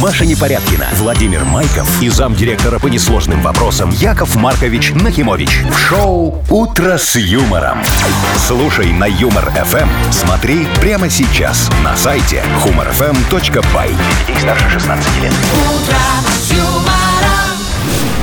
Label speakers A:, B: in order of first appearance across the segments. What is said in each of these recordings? A: Маша Непорядкина, Владимир Майков и замдиректора по несложным вопросам Яков Маркович Нахимович. В шоу «Утро с юмором». Слушай на «Юмор-ФМ». Смотри прямо сейчас на сайте humorfm.by. Для детей старше 16 лет.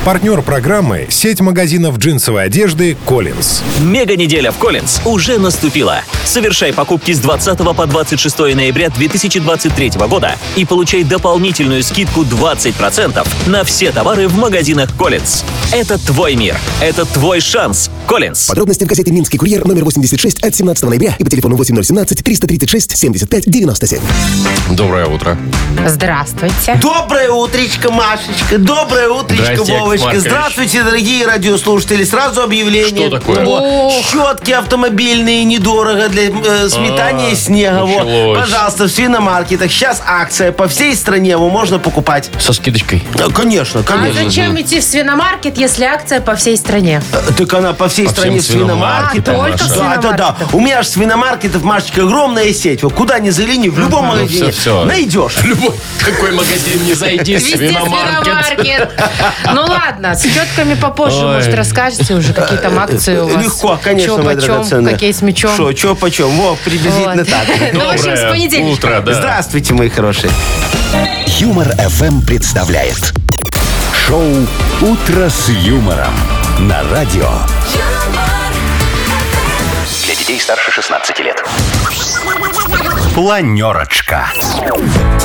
B: Партнер программы – сеть магазинов джинсовой одежды «Коллинз».
C: Мега-неделя в Коллинз уже наступила. Совершай покупки с 20 по 26 ноября 2023 года и получай дополнительную скидку 20% на все товары в магазинах Коллинз. Это твой мир. Это твой шанс. Коллинз.
D: Подробности в газете «Минский курьер» номер 86 от 17 ноября и по телефону 8017-336-75-97.
E: Доброе утро.
F: Здравствуйте.
G: Доброе утречко, Машечка. Доброе утречко,
E: Здрасте, Яков
G: Вовочка.
E: Маркович.
G: Здравствуйте, дорогие радиослушатели. Сразу объявление.
E: Что такое?
G: Во, Щетки автомобильные недорого для э, сметания снега. Во.
E: А, началось.
G: Пожалуйста, в свиномаркетах. Сейчас акция по всей стране. Его можно покупать.
E: Со скидочкой.
G: Да, конечно,
F: А
G: конечно.
E: ну.
F: зачем идти в свиномаркет, если акция по всей стране?
G: Э, Так она по всей
E: По
G: стране
E: всем свиномаркетам,
G: свиномаркетом.
F: А, только Маша. в
G: Да, да, да.
F: свиномаркетах.
G: У меня же свиномаркетов, Машечка, огромная сеть. Вот куда ни загляни, в
E: Ну,
G: любом магазине
E: всё-всё.
G: найдешь.
E: Любой какой магазин не зайди,
F: Везде свиномаркет. Ну ладно, с тетками попозже,
E: Ой.
F: может, расскажете уже, какие там акции у вас.
G: Легко, конечно,
F: Чё
G: моя
F: почем,
G: драгоценная.
F: какие с мечом.
G: Что, чё почем? Во, приблизительно
F: Вот.
G: так.
F: Ну, в общем, с понедельничка.
E: э, утро, да.
G: Здравствуйте, мои хорошие.
A: «Юмор-ФМ» представляет. Шоу «Утро с юмором» на радио. Для детей старше 16 лет. Планерочка.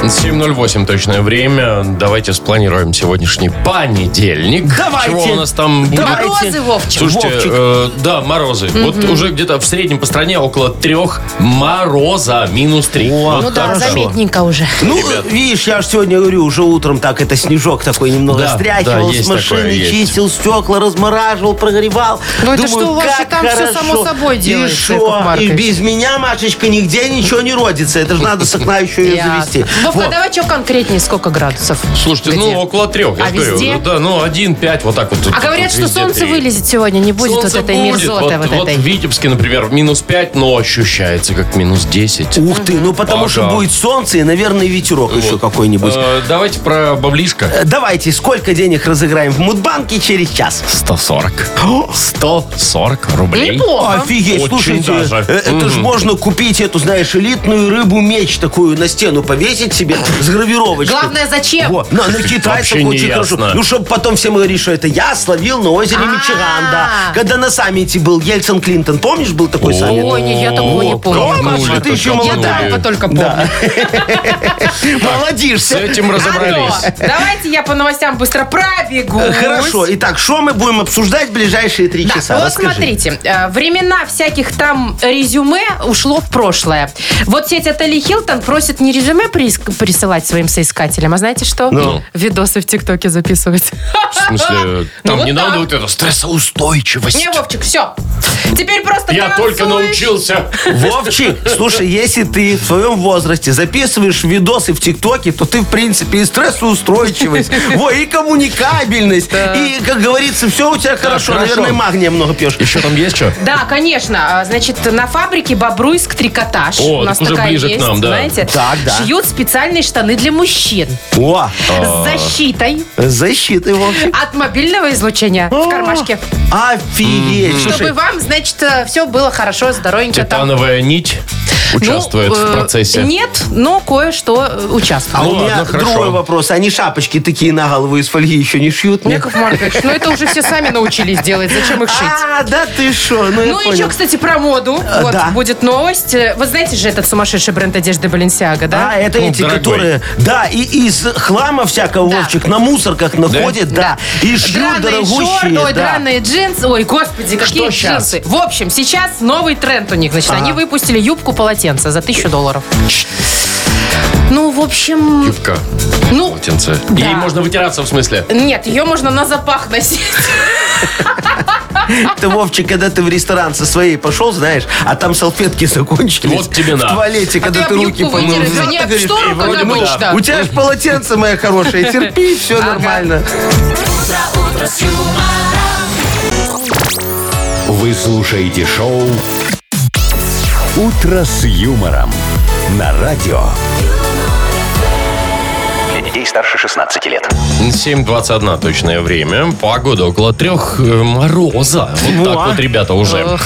E: 7.08 точное время. Давайте спланируем сегодняшний понедельник.
G: Давайте.
E: Чего у нас там будет?
G: Давайте.
F: Морозы, Вовчик.
E: Слушайте,
G: Вовчик.
E: э, да, морозы. Вот уже где-то в среднем по стране около трех мороза, минус три. Вот
F: Ну да,
E: хорошо.
F: заметненько уже.
E: э,
G: Ну, видишь, я же сегодня говорю, уже утром так это снежок такой немного
E: Да,
G: стряхивал
E: да,
G: с
E: есть
G: машины,
E: такое, есть.
G: чистил стекла, размораживал, прогревал.
F: Ну, это что у вас же
G: как
F: там всё
G: хорошо.
F: само собой делается,
G: И что?
F: Яков Маркович?
G: И без меня, Машечка, нигде ничего не родится. Это же надо с окна еще ее завести.
F: Ясно. Ну, Вовка,
G: Вот.
F: давай что конкретнее, сколько градусов?
E: Слушайте,
F: Где?
E: ну около трех, я
F: А
E: же говорю.
F: везде?
E: Да, ну один, пять, вот так вот.
F: А говорят, что солнце вылезет сегодня, не будет
E: Солнце
F: вот этой
E: будет.
F: мерзоты
E: Вот,
F: вот,
E: вот
F: этой.
E: в Витебске, например, минус 5, но ощущается как минус 10.
G: Ух ты, ну потому что
E: Ага.
G: будет солнце и, наверное, ветерок еще какой-нибудь.
E: Э, давайте про баблишко.
G: Э, Давайте, сколько денег разыграем в Мудбанке через час?
E: 140. 140 рублей.
F: Неплохо.
G: Офигеть,
E: Очень
G: слушайте,
E: даже.
G: э, это ж можно купить эту, знаешь, элитную рыбу-меч такую на стену повесить себе с гравировочкой.
F: Главное, зачем?
G: Вот, на, на китайцев
E: Вообще не
G: очень хорошо.
E: ясно.
G: Ну, чтобы потом всем говорить, что это я словил на озере
F: А-а-а.
G: Мичиган, да. Когда на саммите был Ельцин-Клинтон, помнишь, был такой саммит?
F: Ой, не, ну, я такого не
E: О,
F: помню.
E: как
G: О, Маша,
E: нули
G: ты еще
E: только
F: Я
G: молодая.
E: нули.
F: Трампа только помню.
E: С
G: Молодишься.
E: этим разобрались.
F: А то, давайте я по новостям быстро пробегу.
G: Э, Хорошо, итак, что мы будем обсуждать в ближайшие три
F: Да, ну
G: часа?
F: вот
G: Расскажи.
F: смотрите, э, времена всяких там резюме ушло в прошлое. Вот сеть отелей Хилтон просит не резюме прис- присылать своим соискателям, а знаете что?
G: Ну.
F: Видосы в ТикТоке записывать.
E: В смысле,
F: Ну,
E: там
F: вот
E: не надо
F: так.
E: вот это стрессоустойчивость.
F: Не, Вовчик, все. Теперь просто
E: Я
F: танцуешь.
E: только научился.
G: Вовчик, слушай, если ты в своем возрасте записываешь видосы в ТикТоке, то ты, в принципе, и стрессоустойчивость, во, и коммуникабельность, и, как говорится, все у тебя хорошо.
E: хорошо.
G: Наверное, магния много пьешь.
E: Еще там есть что?
F: Да, конечно. А, Значит, на фабрике Бобруйск трикотаж.
E: О,
F: У нас
E: так уже
F: такая
E: ближе к
F: есть,
E: нам, да. А.
F: знаете.
G: Так, да.
F: Шьют специальные штаны для мужчин
G: О,
F: с защитой
G: защита его.
F: от мобильного излучения
E: А.
F: в кармашке.
G: А, Офигеть. Слушай,
F: Чтобы вам, значит, все было хорошо, здоровенько там.
E: Титановая нить участвует
F: Ну,
E: в
F: э,
E: процессе.
F: Нет, но кое-что э, участвует.
G: а
E: Ну
G: у меня
E: ладно, хорошо.
G: другой вопрос. Они шапочки такие на голову из фольги еще не шьют? Нет?
F: Яков Маркович, ну это уже все сами научились делать. Зачем их шить?
G: А, да ты что? Ну, я
F: Ну, еще,
G: понял. Э,
F: кстати, про моду. Вот
G: да.
F: будет новость. Э, Вы знаете же этот сумасшедший бренд одежды Balenciaga, да?
G: А, это
E: Ну,
G: эти,
E: дорогой.
G: которые, да, и из хлама всякого,
F: Да.
G: Вовчик, на мусорках находят, да, и шьют
F: Драные шорты,
G: дорогущие,
F: ой,
G: да.
F: драные джинсы. Ой, господи, какие
E: щас?
F: джинсы. В общем, сейчас новый тренд у них. Значит, они выпустили юбку-полотенце за тысячу долларов. Ну, в общем,
E: Юбка.
F: Ну,
E: Полотенце.
F: да.
E: Ей можно вытираться, в смысле.
F: нет, ее можно на запах носить.
G: Ты, Вовчик, когда ты в ресторан со своей пошел, знаешь, а там салфетки закончились.
E: Вот тебе
G: В
E: на.
G: туалете, когда
F: А ты
G: ты
F: об
G: руки
F: юбку
G: помыл.
F: вытираешь,
G: взял,
F: а не
G: ты
F: об
G: говоришь,
F: штору,
G: «Эй,
F: как
G: вроде бы
F: обычно».
G: да. У тебя же полотенце, моя хорошая, терпи, все
F: Ага.
G: нормально.
A: Вы слушаете шоу «Утро с юмором» на радио. детей старше 16 лет.
E: 7.21 точное время. Погода около трех э, мороза. Вот так вот, ребята, уже.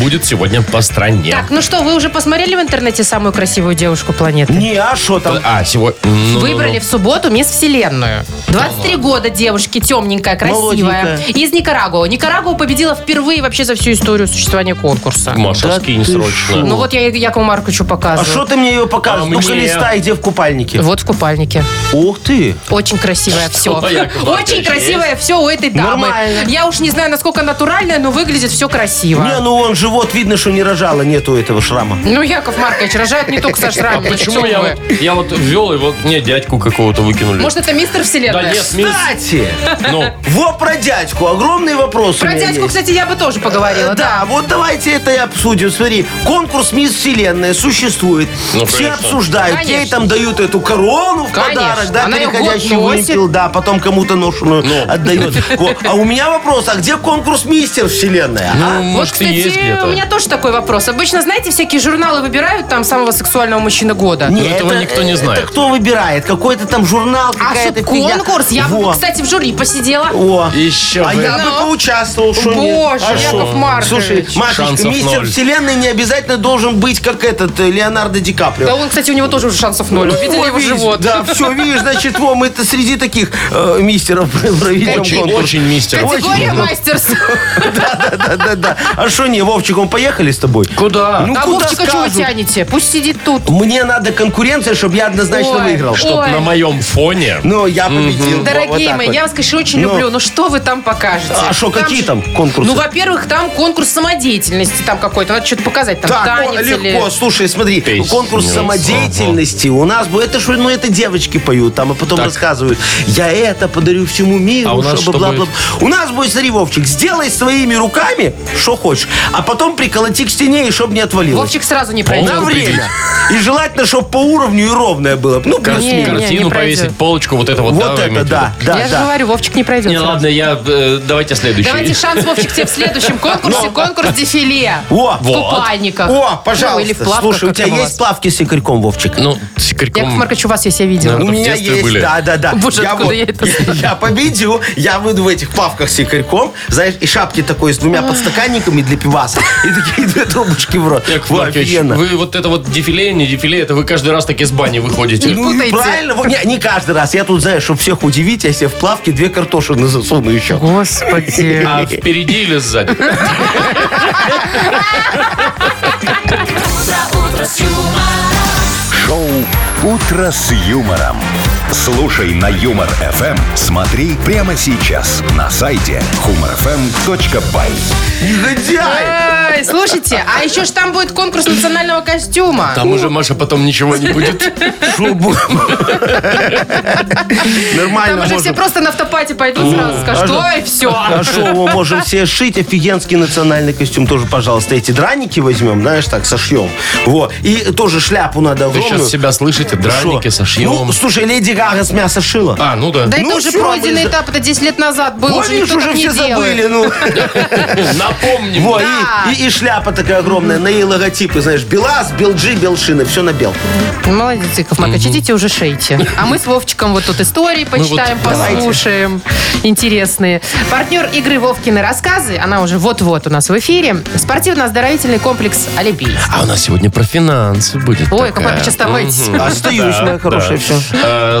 E: Будет сегодня по стране.
F: Так, ну что, вы уже посмотрели в интернете самую красивую девушку планеты?
G: Не, а что там?
E: А, сегодня... ну, ну,
F: Выбрали в субботу Мисс Вселенную. 23 года девушки, темненькая, красивая.
G: Молоденькая.
F: Из Никарагуа. Никарагуа победила впервые вообще за всю историю существования конкурса.
E: ну. Маша,
G: Да
E: скинь
G: ты
E: срочно.
G: шо?
F: Ну вот я Якову Марковичу
G: А
F: показываю.
G: что ты мне ее
E: А
G: покажешь? Ну, Ну-ка
E: мне?
G: листай, где в купальнике.
F: Вот в купальнике.
G: Ух ты!
F: Очень красивое все.
E: Яков Маркович,
F: Очень красивое все у этой дамы.
G: Нормально.
F: Я уж не знаю, насколько натуральное, но выглядит все
G: Не,
F: красиво.
G: ну он живот, видно, что не рожала, нету этого шрама.
F: Ну, Яков Маркович, рожают не только со
G: А
F: шрамами.
E: Почему
F: что
E: я
F: вы.
E: вот, я вот ввел, и вот мне дядьку какого-то выкинули.
F: Может, это мистер Вселенная?
E: да нет, мисс,
G: Кстати,
E: ну,
G: во про дядьку. Огромный вопрос у
F: Про
G: меня
F: дядьку,
G: есть.
F: кстати, я бы тоже поговорила.
G: Да,
F: Да.
G: вот давайте это и обсудим. Смотри, конкурс Мисс Вселенная существует.
E: Ну,
G: Все
E: конечно.
G: обсуждают.
F: Конечно.
G: Ей там дают эту корону в
F: Конечно.
G: подарок, да,
F: Она её год
G: переходящий в
F: носит.
G: вымпел, да, потом кому-то ношеную
E: Ну.
G: отдает. Во. А у меня вопрос, а где конкурс Мистер Вселенная? а?
E: ну,
F: Вот,
E: может, и
F: кстати,
E: есть где-то.
F: у меня тоже такой вопрос. Обычно, знаете, всякие журналы выбирают там самого сексуального мужчины года.
G: Не,
E: этого никто не знает.
G: Это кто выбирает? Какой-то там журнал,
F: а
G: какая-то
F: чтоб
G: фигня.
F: конкурс? Я бы,
G: Во.
F: кстати, в жюри посидела.
G: О.
E: Еще
G: А
E: бы.
G: я бы
F: Ну.
G: поучаствовал, что нет.
F: Боже,
G: А
F: Яков
G: шо?
F: Маркович.
G: Слушай,
E: Шансов
G: Машечка, мистер
E: ноль.
G: Вселенной не обязательно должен быть, как этот, э, Леонардо Ди Каприо.
F: Да он, кстати, у него тоже уже шансов ноль. Вы Ну, Видели
G: О,
F: его
G: видишь,
F: живот?
G: Да, все, видишь, значит, во, мы это среди таких э, мистеров проведем
E: Очень,
G: конкурс.
E: очень мистер.
F: Категория
E: Очень.
F: мастерс.
G: Да-да-да. А что не, Вовчик, он поехали с тобой?
E: Куда?
G: Ну,
F: А
G: куда
F: Вовчика чего
G: скажут?
F: тянете? Пусть сидит тут.
G: Мне надо конкуренция, чтобы я однозначно
F: Ой,
G: выиграл.
F: ой.
E: Чтоб на моем фоне.
G: Ну, я победил. Во, вот
F: Дорогие
G: так
F: мои,
G: вот.
F: я вас, конечно, очень
G: Ну.
F: люблю. Но что вы там покажете?
G: А что, какие
F: же-
G: там конкурсы?
F: Ну, во-первых, там конкурс самодеятельности там какой-то. Надо что-то показать. Там
G: Так, о,
F: танец
G: легко,
F: или...
G: слушай, смотри,
E: Песня.
G: конкурс самодеятельности у нас был, это что, ну это девочки поют там, а потом
E: Так.
G: рассказывают, я это подарю всему миру,
E: А у нас
G: чтобы
E: что
G: бла-бла-бла. У нас будет, смотри, Вовчик, сделай своими руками, что хочешь, а потом приколоти к стене, и чтобы не отвалилось.
F: Вовчик сразу не
G: На
F: пройдет.
E: Вовчик,
G: время. И желательно, чтобы по уровню и ровное было. Ну,
E: Кар-
G: плюс
F: Не, не,
E: картину
F: не
E: повесить,
F: пройдет.
E: полочку, вот это вот.
G: Вот
E: вы
G: это,
E: имеете в
G: да,
E: виду?
G: да,
F: Я же
G: да.
F: говорю, Вовчик не пройдет.
E: Не, ладно, я... э, давайте следующий.
F: Давайте шанс, Вовчик, тебе в следующем конкурсе. Конкурс дефиле.
G: О,
F: В
E: Вот.
F: купальниках.
G: О,
F: Ну, или в
G: пожалуйста.
F: плавках,
G: Слушай, у
F: как
G: тебя
F: там у
G: есть
F: вас.
G: плавки с якорьком, Вовчик?
E: Ну, с икорьком.
F: Яков Маркович, у вас есть, я видела.
E: Да.
G: У
E: Это в
G: меня
E: детстве
G: есть,
E: были.
G: да, да, да.
F: Боже, откуда я это знаю?
G: я победю, я выйду в этих плавках с якорьком, знаешь, и шапки такой с двумя подстаканниками для пиваса, и такие две трубочки в рот.
E: Яков
G: Во,
E: Маркович,
G: офигенно.
E: вы вот это вот дефиле, не дефиле, это вы каждый раз таки с бани выходите.
G: Ну и
F: путаете.
G: правильно, вот не, не каждый раз. Я тут, знаешь, чтобы всех удивить, я себе в плавке две картошины засуну еще.
F: Господи.
E: А впереди или сзади?
A: Шоу «Утро с юмором». Слушай на Юмор ФМ. Смотри прямо сейчас на сайте humorfm.by.
G: Негодяй!
F: Эй, Слушайте, а еще ж там будет конкурс национального костюма.
E: Там уже, Маша, потом ничего не будет.
G: Шубу.
F: Там
G: Нормально
F: уже все
G: можем.
F: просто на автопате пойдут сразу, скажут, ой, все.
G: А шо, мы можем все шить офигенский национальный костюм тоже, пожалуйста. Эти драники возьмем, знаешь, так сошьем. Вот. И тоже шляпу надо
E: Вы
G: огромную.
E: сейчас себя слышите, драники
G: Шо?
E: сошьем.
G: Ну, слушай, Леди Гага с мяса шила.
E: А, ну да.
F: Да
G: Ну
F: это уже
G: всё,
F: пройденный
G: мы за-
F: этап, это 10 лет назад был, уже
G: Помнишь,
F: никто
G: уже
F: так не
G: все забыли,
F: делает.
G: ну.
E: Напомним.
G: Во,
F: Да.
G: и, и- и шляпа такая огромная, на ей логотипы, знаешь, Белаз, Белджи, Белшины, все на бел.
F: Молодец, Яков Маркович, идите уже шейте. А мы с Вовчиком вот тут
E: Ну,
F: истории почитаем,
G: давайте.
F: послушаем. Интересные. Партнер игры Вовкины рассказы, она уже вот-вот у нас в эфире. Спортивно-оздоровительный комплекс Олимпий.
E: А у нас сегодня про финансы будет. такая.
F: Ой, Яков Маркович, оставайтесь.
G: А Остаюсь, моя хорошая, все.
E: Э,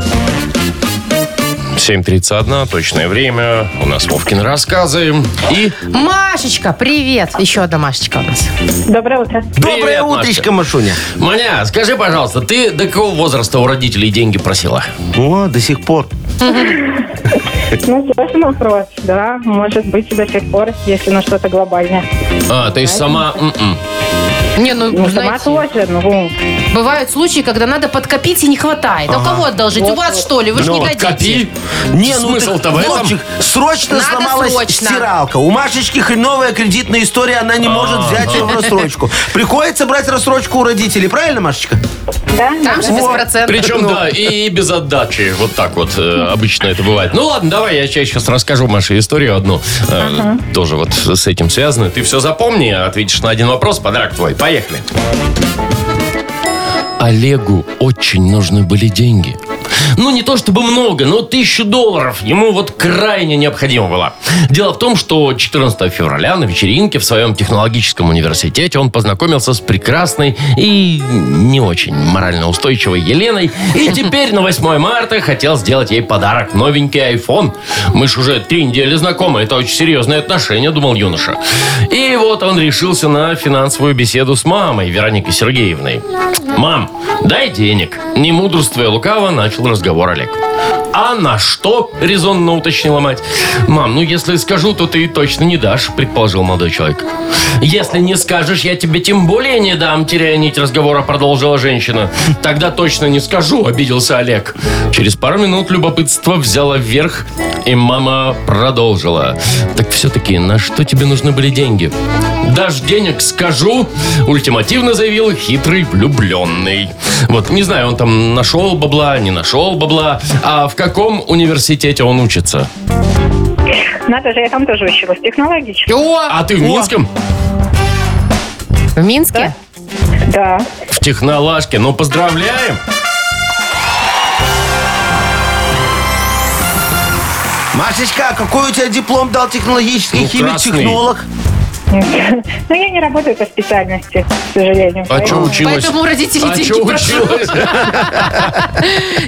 E: 7.31, точное время. У нас Вовкин рассказы. И
F: Машечка, привет. Еще одна Машечка у нас.
H: Доброе утро.
G: Доброе
E: Привет,
G: утречко, Машуня.
E: Маня, скажи, пожалуйста, ты до какого возраста у родителей деньги просила?
G: О, до сих пор.
H: Ну, сложный вопрос, да. Может быть, до сих пор, если на что-то глобальное.
E: А, то есть сама... м-м.
F: Не, ну,
H: Ну, сама
F: знаете,
H: тоже, ну,
F: бывают случаи, когда надо подкопить и не хватает. А у кого одолжить? У вас, что ли? Вы же
E: Ну,
F: не
E: вот
F: дадите.
E: копи.
G: Не, ну
E: Смысл-то
G: так,
E: в этом?
G: Вовчик, срочно
F: Надо
G: сломалась
F: срочно.
G: стиралка. У Машечки хреновая кредитная история, она не может
E: А,
G: взять ее в рассрочку. Приходится брать рассрочку у родителей, правильно, Машечка?
H: да?
F: Там же без процентов.
E: Причем, да, и без отдачи. Вот так вот э, обычно это бывает. Ну ладно, давай, я тебе сейчас расскажу, Маша, историю одну. Э, Тоже вот с этим связано. Ты все запомни, ответишь на один вопрос, подарок твой. Поехали. Олегу очень нужны были деньги. Ну, не то чтобы много, но тысячу долларов ему вот крайне необходимо было. Дело в том, что 14 февраля на вечеринке в своем технологическом университете он познакомился с прекрасной и не очень морально устойчивой Еленой. И теперь на 8 марта хотел сделать ей подарок. Новенький iPhone. Мы ж уже три недели знакомы. Это очень серьезные отношения, думал юноша. И вот он решился на финансовую беседу с мамой Вероникой Сергеевной. «Мам, дай денег!» Не мудрствуя лукаво, начал разговор Олег. «А на что?» – резонно уточнила мать. «Мам, ну если скажу, то ты точно не дашь», – предположил молодой человек. «Если не скажешь, я тебе тем более не дам», – теряя нить разговора, продолжила женщина. «Тогда точно не скажу», – обиделся Олег. Через пару минут любопытство взяло вверх, и мама продолжила. «Так все-таки на что тебе нужны были деньги?» «Дашь денег, скажу», – ультимативно заявил хитрый влюбленный. Вот, не знаю, он там нашел бабла, не нашел бабла, а в каком университете он учится?
H: Надо же, я там тоже училась, технологично.
F: О,
E: А ты в Минском?
F: в Минске?
H: Да.
E: В Технолашке. Ну, поздравляем!
G: Машечка, а какой у тебя диплом дал технологический
E: Ну,
G: химик-технолог?
H: Но я не работаю по специальности, к сожалению.
E: А что
H: поэтому-
E: училась?
F: Поэтому у родителей
E: А
F: деньги
E: что
F: прошу.
E: училась?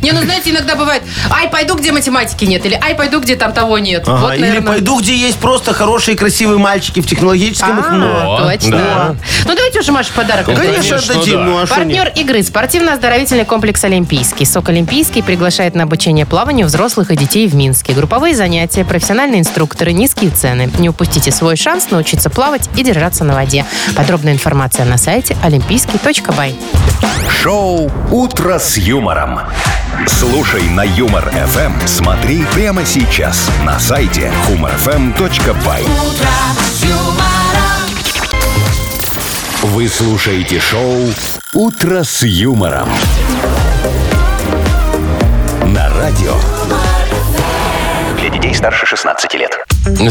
F: Не, ну знаете, иногда бывает, ай, пойду, где математики нет, или ай, пойду, где там того нет.
G: Ага,
F: вот,
G: или
F: наверное.
G: пойду, где есть просто хорошие красивые мальчики в технологическом их много.
E: О,
F: А,
E: да.
F: точно. Ну давайте уже, Маша, подарок.
E: Ну,
F: отдадим.
G: Конечно,
E: конечно,
G: отдадим,
E: да.
G: ну а что нет?
F: Партнер игры спортивно-оздоровительный комплекс «Олимпийский». СОК «Олимпийский» приглашает на обучение плаванию взрослых и детей в Минске. Групповые занятия, профессиональные инструкторы, низкие цены. Не упустите свой шанс научиться плавать и держаться на воде. Подробная информация на сайте олимпийский.бай.
A: Шоу «Утро с юмором». Слушай на Юмор ФМ. Смотри прямо сейчас на сайте humorfm.by. Вы слушаете шоу «Утро с юмором». На радио. Для детей старше 16 лет.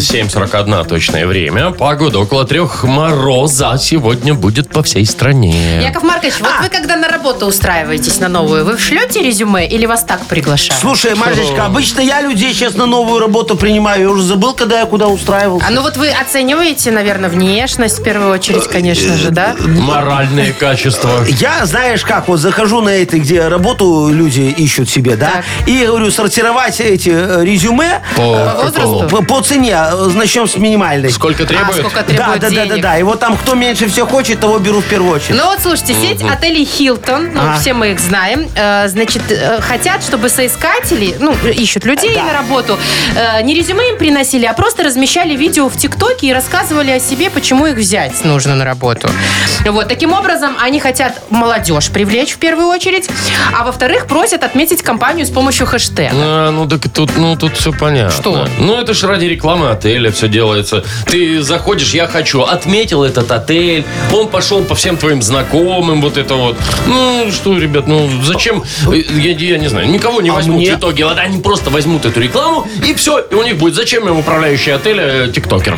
E: 7.41 точное время. Погода около трех мороза сегодня будет по всей стране.
F: Яков Маркович, вот вы когда на работу устраиваетесь на новую, вы шлете резюме или вас так приглашают?
G: Слушай, Машечка, обычно я людей сейчас на новую работу принимаю. Я уже забыл, когда я куда устраивался.
F: А ну вот вы оцениваете, наверное, внешность в первую очередь, конечно же, да?
E: Э, Моральные качества.
G: Я, знаешь как, вот захожу на этой, где работу люди ищут себе, да, и говорю, сортировать эти э, резюме
E: По
F: возрасту?
G: по, по цене, э, начнем с минимальной.
E: Сколько
F: А
E: требует?
F: сколько
G: Да,
F: требует
G: да, да, да,
F: денег?
G: да. И вот там, кто меньше всех хочет, того беру в первую очередь.
F: Ну вот, слушайте, сеть отелей «Хилтон», ну,
G: Ага.
F: все мы их знаем, э, значит, э, хотят, чтобы соискатели, ну, ищут людей на работу, э, не резюме им приносили, а просто размещали видео в ТикТоке и рассказывали о себе, почему их взять нужно на работу. Вот, таким образом, они хотят молодежь привлечь в первую очередь, а во-вторых, просят отметить компанию с помощью хэштега.
E: А, ну так тут, ну тут все понятно.
F: Что?
E: Ну это ж ради рекламы отеля все делается. Ты заходишь, я хочу, отметил этот отель, он пошел по всем твоим знакомым, вот это вот. Ну что, ребят, ну зачем? Э, Я, я не знаю, никого не возьмут
G: А мне?
E: в итоге. Вот они просто возьмут эту рекламу и все, и у них будет. Зачем им управляющий отеля э, тиктокер?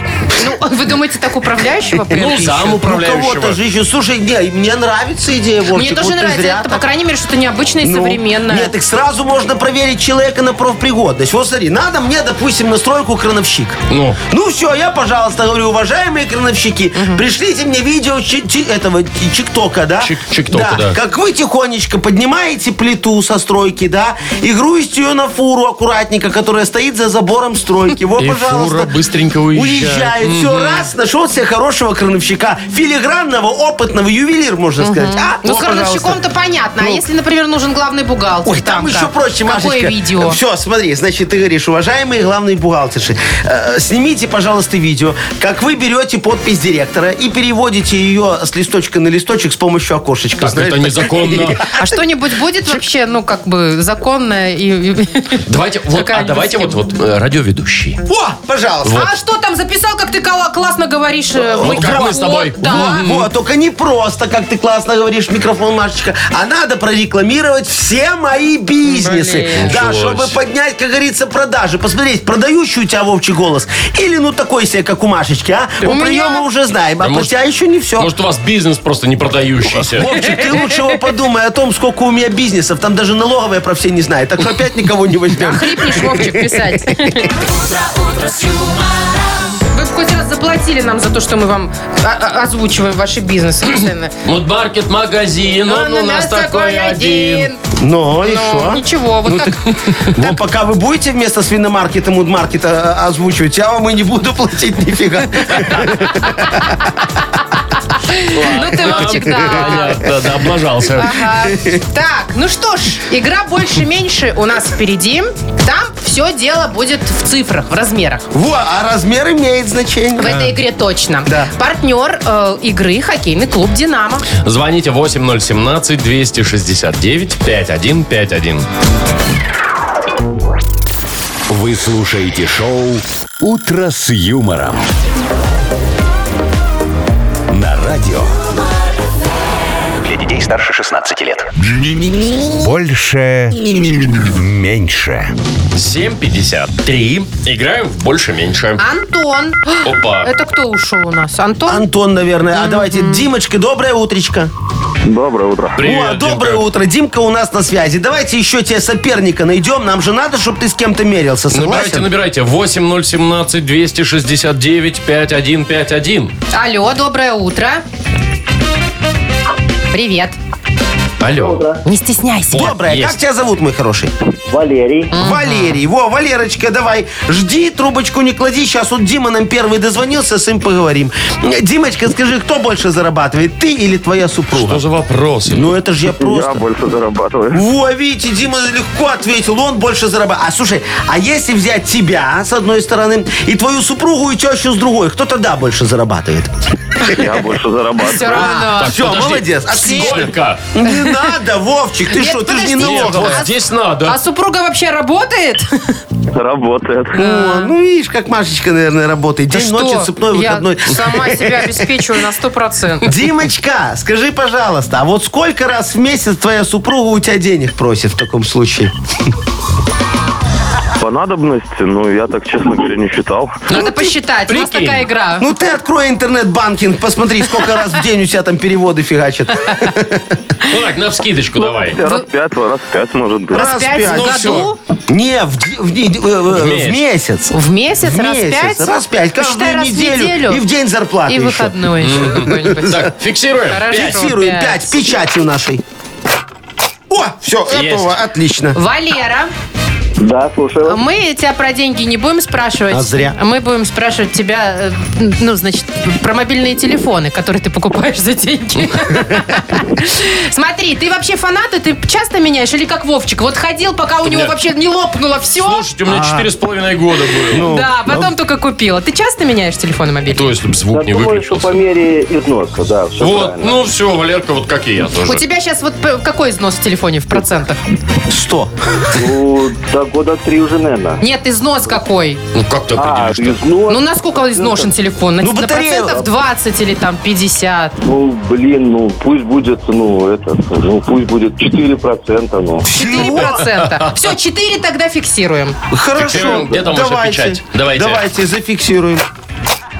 F: Ну, вы думаете, так управляющего прям
E: Ну
F: ищут?
E: сам
G: Ну, кого-то
E: управляющего.
G: же еще. Слушай, не, мне нравится идея,
F: Мне
G: Вовчик.
F: тоже
G: вот ты
F: нравится,
G: зря
F: это, по
G: так.
F: крайней мере, что-то необычное и
G: Ну,
F: современное.
G: Нет, их сразу можно проверить человека на профпригодность. Вот смотри, надо мне, допустим, на стройку крановщик.
E: Ну.
G: Ну все, я, пожалуйста, говорю, уважаемые крановщики, пришлите мне видео чи- чи- этого чи- чиктока, да?
E: Чик- чиктока, да.
G: Как вы тихонечко поднимаете плиту со стройки, да, и грузите ее на фуру аккуратненько, которая стоит за забором стройки. Вот,
E: И
G: пожалуйста.
E: фура быстренько уезжает.
G: Все, раз, нашел себе хорошего крановщика. Филигранного, опытного, ювелир, можно сказать. А?
F: Ну,
G: Вот,
F: с
G: пожалуйста. Ну.
F: крановщиком-то понятно. А если, например, нужен главный бухгалтер?
G: Ой, там
F: как?
G: еще проще,
F: Какое
G: Машечка.
F: видео?
G: Все, смотри, значит, ты говоришь, уважаемые главные бухгалтерши, э, э, снимите, пожалуйста, видео, как вы берете подпись директора и переводите ее с листочка на листочек с помощью окошечка.
E: Так,
G: знаешь,
E: это
G: так.
E: незаконно.
F: А что-нибудь будет вообще, ну, как бы, законное и... и-
E: Давайте, вот, а
F: Какая-нибудь
E: давайте вот,
F: схема.
E: вот э, радиоведущий.
G: О, пожалуйста.
F: А что там записал, как ты кала- классно говоришь? э, в
E: Вот как мы с тобой.
F: микрофон? Да.
G: Вот, только не просто, как ты классно говоришь, микрофон, Машечка, а надо прорекламировать все мои бизнесы.
F: Блин.
G: Да,
E: Ничего
G: чтобы
E: себе.
G: поднять, как говорится, продажи. Посмотреть, продающий у тебя Вовчий голос или ну такой себе, как у Машечки, а? У
F: меня-
G: приема уже знаем, а
E: Да
G: про
E: может-
G: тебя еще не все.
E: Может, у вас бизнес просто не продающийся.
G: Вовчик, ты лучше его подумай о том, сколько у меня бизнесов. Там даже налоговая про все не знает. Так что опять никого не возьмем.
F: Хрипнешь, Вовчик, писать. Вы хоть раз заплатили нам за то, что мы вам а- а- озвучиваем ваши бизнесы постоянно. А,
E: Мудбаркет магазин, он Ну, у нас такой один.
G: Ну, и
F: Ну,
G: что?
F: ничего, вот как...
G: Ну, пока вы будете вместо свиномаркета мудмаркета э, озвучивать, я вам и не буду платить нифига.
F: Ну ты, Вовчик, да.
E: Понятно, да, облажался.
F: Ага. Так, ну что ж, игра больше-меньше у нас впереди. Там все дело будет в цифрах, в размерах.
G: Во, а размер имеет значение.
F: В этой игре точно.
G: Да.
F: Партнер э, игры хоккейный клуб «Динамо».
E: Звоните 8017-269-5151.
A: Вы слушаете шоу «Утро с юмором». На радио. Для детей старше 16 лет. Больше. Меньше.
E: 753. Играем в больше-меньше.
F: А, Антон.
E: Опа.
F: Это кто ушел у нас? Антон?
G: Антон, наверное. А давайте, Димочка, доброе утречко.
E: Привет,
G: О, доброе
E: Димка.
G: утро. Димка у нас на связи. Давайте еще тебе соперника найдем. Нам же надо, чтобы ты с кем-то мерился.
E: Набирайте,
G: Согласен?
E: набирайте. 8017-269-5151.
F: Алло, доброе утро. Привет.
E: Алло.
F: Не стесняйся.
G: Доброе.
E: Есть.
G: Как тебя зовут, мой хороший?
I: Валерий.
G: Валерий. Во, Валерочка, давай. Жди, трубочку не клади. Сейчас вот Дима нам первый дозвонился, с ним поговорим. Димочка, скажи, кто больше зарабатывает, ты или твоя супруга?
E: Что за вопросы?
G: Ну это же я просто...
I: больше зарабатываю.
G: Во, видите, Дима легко ответил, он больше зарабатывает. А слушай, а если взять тебя с одной стороны и твою супругу и тещу с другой, кто тогда больше зарабатывает?
I: Я больше
F: Все
I: зарабатываю.
F: равно.
E: А, Так,
G: Все,
E: подожди.
G: А, молодец, отлично.
E: Сколько?
G: Не надо, Вовчик, ты
F: Нет,
G: что, ты же не
F: подожди.
E: Нет, вот
G: налоговая.
E: здесь надо.
F: А супруга вообще работает?
I: Работает.
G: О, ну видишь, как Машечка, наверное, работает. День, ночи,
F: А. Что?
G: цепной,
F: Я
G: выходной.
F: сама себя обеспечиваю на 100%.
G: Димочка, скажи, пожалуйста, а вот сколько раз в месяц твоя супруга у тебя денег просит в таком случае?
I: По надобности, ну, я так, честно говоря, не считал.
F: Надо посчитать. У нас
E: прикинь.
F: такая игра.
G: Ну ты открой интернет-банкинг, посмотри, сколько раз в день у тебя там переводы фигачат.
E: Ну так, на вскидочку давай.
I: Раз пять, раз пять, может быть.
G: Раз
F: Раз пять
G: пять,
F: в
E: ну
F: году?
G: Не, в, ди- в ди- э, э, в
E: месяц.
G: месяц.
F: В месяц?
G: В
F: раз
G: месяц,
F: пять?
G: раз пять, каждую
F: Посчитай раз в
G: неделю. И в А день зарплаты
F: И
G: еще.
F: выходной еще какой-нибудь.
E: Так, фиксируем.
F: Хорошо.
E: Пять.
G: Фиксируем
F: пять.
G: пять печатью нашей. О, все,
E: Есть.
G: готово, отлично.
F: Валера,
I: Да, слушаю. вас.
F: мы тебя про деньги не будем спрашивать.
G: А зря.
F: Мы будем спрашивать тебя, э, ну, значит, про мобильные телефоны, которые ты покупаешь за деньги. Смотри, ты вообще фанат, и ты часто меняешь? Или как Вовчик? Вот ходил, пока у него
E: меня-
F: вообще не лопнуло все.
E: Слушайте, у меня четыре с половиной года было.
G: ну,
E: Ну,
F: Да, потом только купила. Ты часто меняешь телефоны мобильные?
E: То, если бы звук
I: Да,
E: не
I: думаю, что по
E: выключился.
I: мере износа, да, все
E: Вот,
I: правильно.
E: ну все, Валерка, вот как и я тоже.
F: У тебя сейчас вот п- какой износ в телефоне в процентах?
G: Сто.
I: Ну, до года три уже, наверное.
F: Нет, износ какой?
E: Ну как ты
I: А,
E: определишь?
I: износ,
F: Ну, насколько изношен телефон? На,
G: Ну,
F: на
G: батарея-
F: процентов 20 или там 50?
I: ну, блин, ну, пусть будет, ну, это, ну, пусть будет 4%, ну.
F: 4%. Все, 4 тогда фиксируем.
G: Хорошо,
E: Фиксируем. Где там ваша печать? Давайте.
G: Давайте, зафиксируем.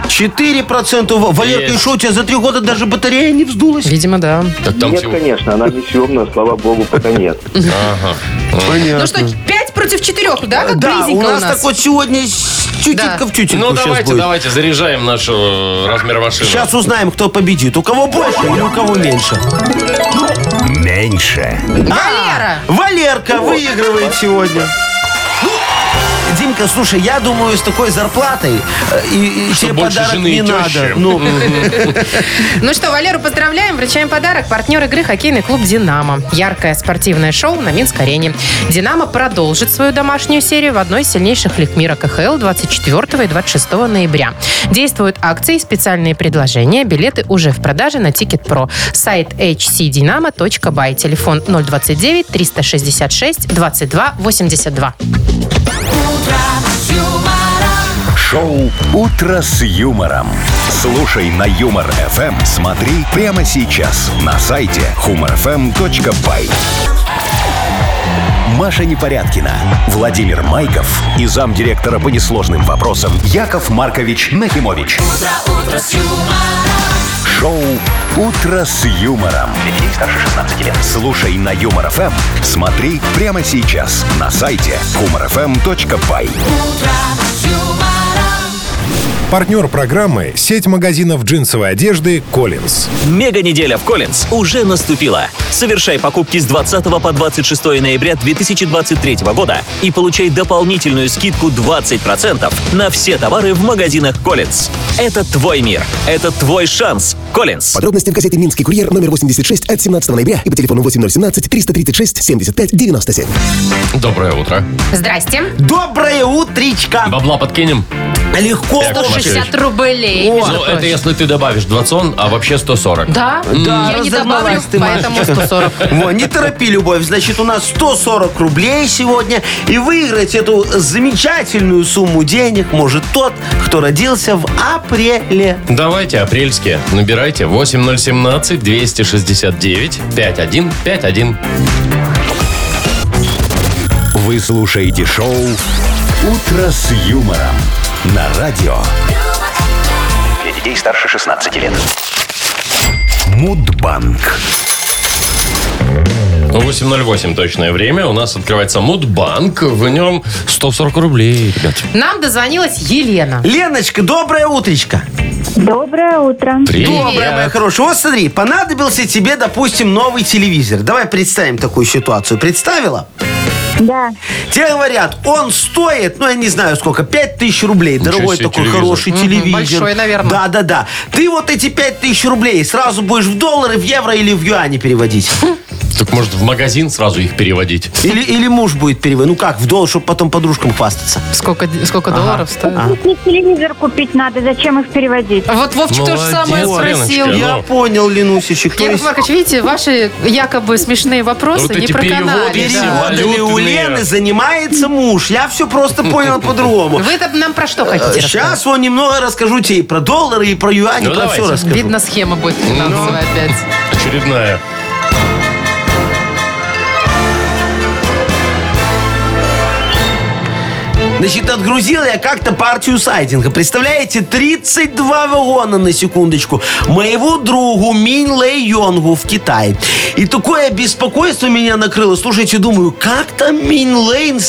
G: 4%. Во- Валерка, и
E: Есть.
G: что, у тебя за три года даже батарея не вздулась?
F: Видимо, да.
E: Так там
I: нет,
E: всего-
I: конечно, она не съемная, слава богу, пока нет.
F: Ну что, 5 против 4, да? Как
G: Да, у
F: близенько
G: нас так вот сегодня с- тютелька
F: Да.
G: в тютельку
E: Ну
G: сейчас
E: давайте,
G: будет.
E: давайте, заряжаем наш э, размер машины.
G: Сейчас узнаем, кто победит. У кого больше или у кого меньше.
A: Меньше.
F: Валера!
G: Валерка выигрывает сегодня. Ну, Димка, слушай, я думаю, с такой зарплатой э, и, и
E: Что
G: тебе
E: больше
G: подарок
E: жены и
G: не
E: тещи.
G: надо. Ну,
F: Ну что, Валеру поздравляем, вручаем подарок. Партнер игры хоккейный клуб «Динамо». Яркое спортивное шоу на Минск-арене. «Динамо» продолжит свою домашнюю серию в одной из сильнейших лиг мира КХЛ 24 и 26 ноября. Действуют акции и специальные предложения. Билеты уже в продаже на Ticket.pro. Сайт hcdinamo.by. Телефон 029 366 22 82.
A: Шоу «Утро с юмором». Слушай на Юмор ФМ. Смотри прямо сейчас на сайте humorfm.by. Маша Непорядкина, Владимир Майков и замдиректора по несложным вопросам Яков Маркович Нахимович. Шоу «Утро с юмором». Детей старше 16 лет. Слушай на Юмор ФМ. Смотри прямо сейчас на сайте humorfm.by.
B: Партнер программы – сеть магазинов джинсовой одежды «Коллинз».
C: Мега неделя в Коллинз уже наступила. Совершай покупки с 20 по 26 ноября 2023 года и получай дополнительную скидку 20% на все товары в магазинах Коллинз. Это твой мир. Это твой шанс. Коллинз.
D: Подробности в газете «Минский курьер» номер 86 от 17 ноября и по телефону 8017 336 75 97.
E: Доброе утро.
F: Здрасте.
G: доброе утречко.
E: Бабла подкинем.
G: Легко.
E: Так,
G: Вовчик.
F: 60 рублей. между
E: Ну, это
F: прочим.
E: если ты добавишь 20, а вообще 140.
F: Да,
G: Да,
F: я не добавлю,
G: разорвалась ты,
F: поэтому 140.
G: Во, не торопи, любовь. Значит, у нас 140 рублей сегодня. И выиграть эту замечательную сумму денег может тот, кто родился в апреле.
E: Давайте апрельские. Набирайте 8017 269 5151.
A: Вы слушаете шоу «Утро с юмором» на радио. Для детей старше 16 лет. Мудбанк.
E: 8.08 точное время. У нас открывается мудбанк. В нем 140 рублей, ребят.
F: Нам дозвонилась Елена.
G: Леночка, доброе утречко.
H: Доброе утро.
G: Доброе, моя хорошая. Вот смотри, понадобился тебе, допустим, новый телевизор. Давай представим такую ситуацию. Представила?
H: Да.
G: Тебе говорят, он стоит, ну, я не знаю сколько, 5000 рублей.
E: Ничего
G: Дорогой
E: себе,
G: такой
E: телевизор.
G: хороший телевизор.
F: большой, наверное.
G: Да-да-да. Ты вот эти 5000 рублей сразу будешь в доллары, в евро или в юани переводить.
E: Так может в магазин сразу их переводить?
G: Или, или муж будет переводить. Ну как, в доллар, чтобы потом подружкам хвастаться.
F: Сколько, сколько долларов стоит?
H: Купить телевизор купить надо, зачем их переводить?
F: Вот Вовчик то же
E: Молодец,
F: самое спросил.
E: Леночка.
G: Я
E: Ну.
G: понял, Ленусичек. То
F: Яков
G: есть
F: Маркович, видите, ваши якобы смешные вопросы
E: Вот эти
F: не проканали.
E: переводы все
F: да.
G: переводами у
E: валютные.
G: Лены занимается муж. Я все просто понял по-другому.
F: Вы-то нам про что хотите рассказать?
G: Сейчас вот немного расскажу тебе и про доллары, и про юани,
E: Ну,
G: про
E: давайте.
G: все расскажу.
F: Видно, схема будет финансовая опять.
E: Очередная.
G: Значит, отгрузил я как-то партию сайдинга. Представляете, 32 вагона на секундочку. Моего другу Мин Лэй Йонгу в Китае. И такое беспокойство меня накрыло. Слушайте, думаю, как там Мин Лейн с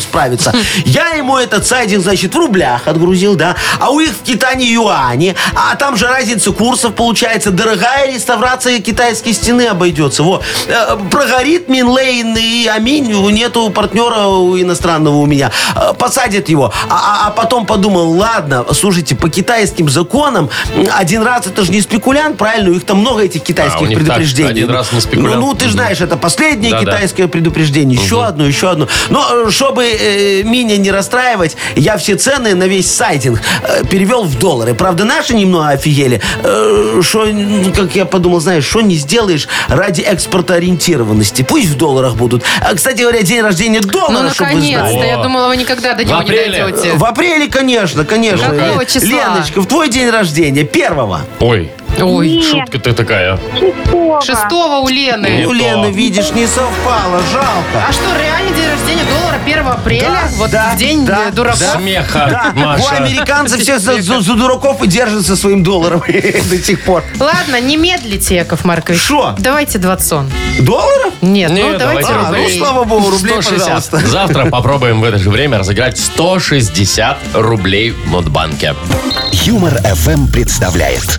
G: справится? Я ему этот сайдинг, значит, в рублях отгрузил, да. А у их в Китае юани. А там же разница курсов получается. Дорогая реставрация китайской стены обойдется. Во. Э, Прогорит Мин Лейн и Аминь. Нету партнера у иностранного у меня. Э, Посадят его. А, а- а потом подумал, ладно, слушайте, по китайским законам м, один раз это же не спекулянт, правильно? У них там много этих
E: А, у
G: китайских
E: них так,
G: предупреждений.
E: один раз не спекулянт.
G: Ну, ну, ты же
E: Мгм.
G: знаешь, это последнее
E: Да-да.
G: китайское предупреждение. Еще одно, еще одно. Но э, чтобы э, меня не расстраивать, я все цены на весь сайдинг э, перевел в доллары. Правда, наши немного офигели. Э, Что, ну, как я подумал, знаешь, что не сделаешь ради экспортоориентированности. Пусть в долларах будут. А, Кстати говоря, день рождения доллара,
F: Ну,
G: чтобы вы знали.
F: наконец-то. Я
E: О.
F: думала, вы никогда до
E: В
F: него не
E: апреле.
F: дойдете.
G: В апреле, конечно, конечно.
F: Какого числа?
G: Леночка, в твой день рождения, первого.
E: Ой,
F: Ой,
H: Нет,
E: шутка ты такая.
H: шестого.
F: шестого у
E: Не
F: Лены.
G: У
E: то.
G: Лены, Ну, видишь, не совпало, жалко.
F: А что, реально день рождения доллара 1 апреля?
G: Да,
F: вот
G: да,
F: в день
G: да,
F: э, дураков.
G: да.
E: Смеха,
G: Да, у
E: Маша.
G: американцев все за, за- за дураков и держатся своим долларом до сих пор.
F: Ладно, не медлите, Яков Маркович.
G: Шо?
F: давайте 20.
G: Долларов?
F: Нет,
E: Не,
F: ну давайте,
E: давайте
G: А, ну,
F: рублей.
G: слава богу, рублей,
E: 160.
G: пожалуйста.
E: Завтра попробуем в это же время разыграть 160 рублей в Мудбанке.
A: Юмор ФМ представляет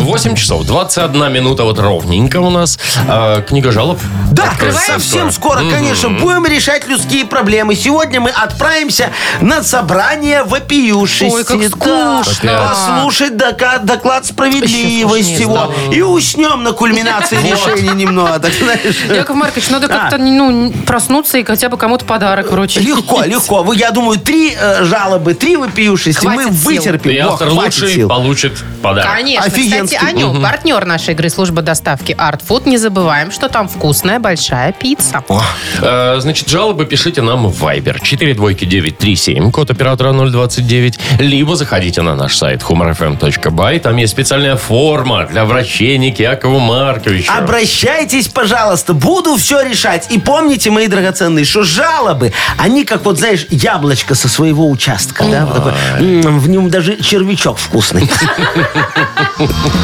E: 8 часов 21 минута вот ровненько у нас. Э, книга жалоб.
G: Да,
E: Откроется
G: совсем скоро, конечно, будем решать людские проблемы. Сегодня мы отправимся на собрание вопиюшести.
F: Ой, как
G: Да.
F: скучно.
G: Послушать дока- доклад справедливости.
F: Еще
G: во. И уснем на кульминации решений немного, так знаешь. А.
F: Яков Маркович, надо как-то ну, проснуться и хотя бы кому-то подарок вручить.
G: Легко, легко. Вы, я думаю, три э, жалобы, три вопиюшести мы
F: Хватит сил.
G: вытерпим.
E: И
G: Во,
E: автор
G: хватит
E: лучший
G: сил.
E: получит подарок.
F: Конечно.
G: Офигенский.
F: Кстати, Аню, партнер нашей игры служба доставки Art Food. Не забываем, что там вкусная большая пицца. Ну,
E: Э, Значит, жалобы пишите нам в Viber 42937, код оператора 029, либо заходите на наш сайт humorfm.by. Там есть специальная форма для обращения к Якову Марковичу.
G: Обращайтесь, пожалуйста, буду все решать. И помните, мои драгоценные, что жалобы, они как вот, знаешь, яблочко со своего участка, да? вот такое. М, в нем даже червячок вкусный.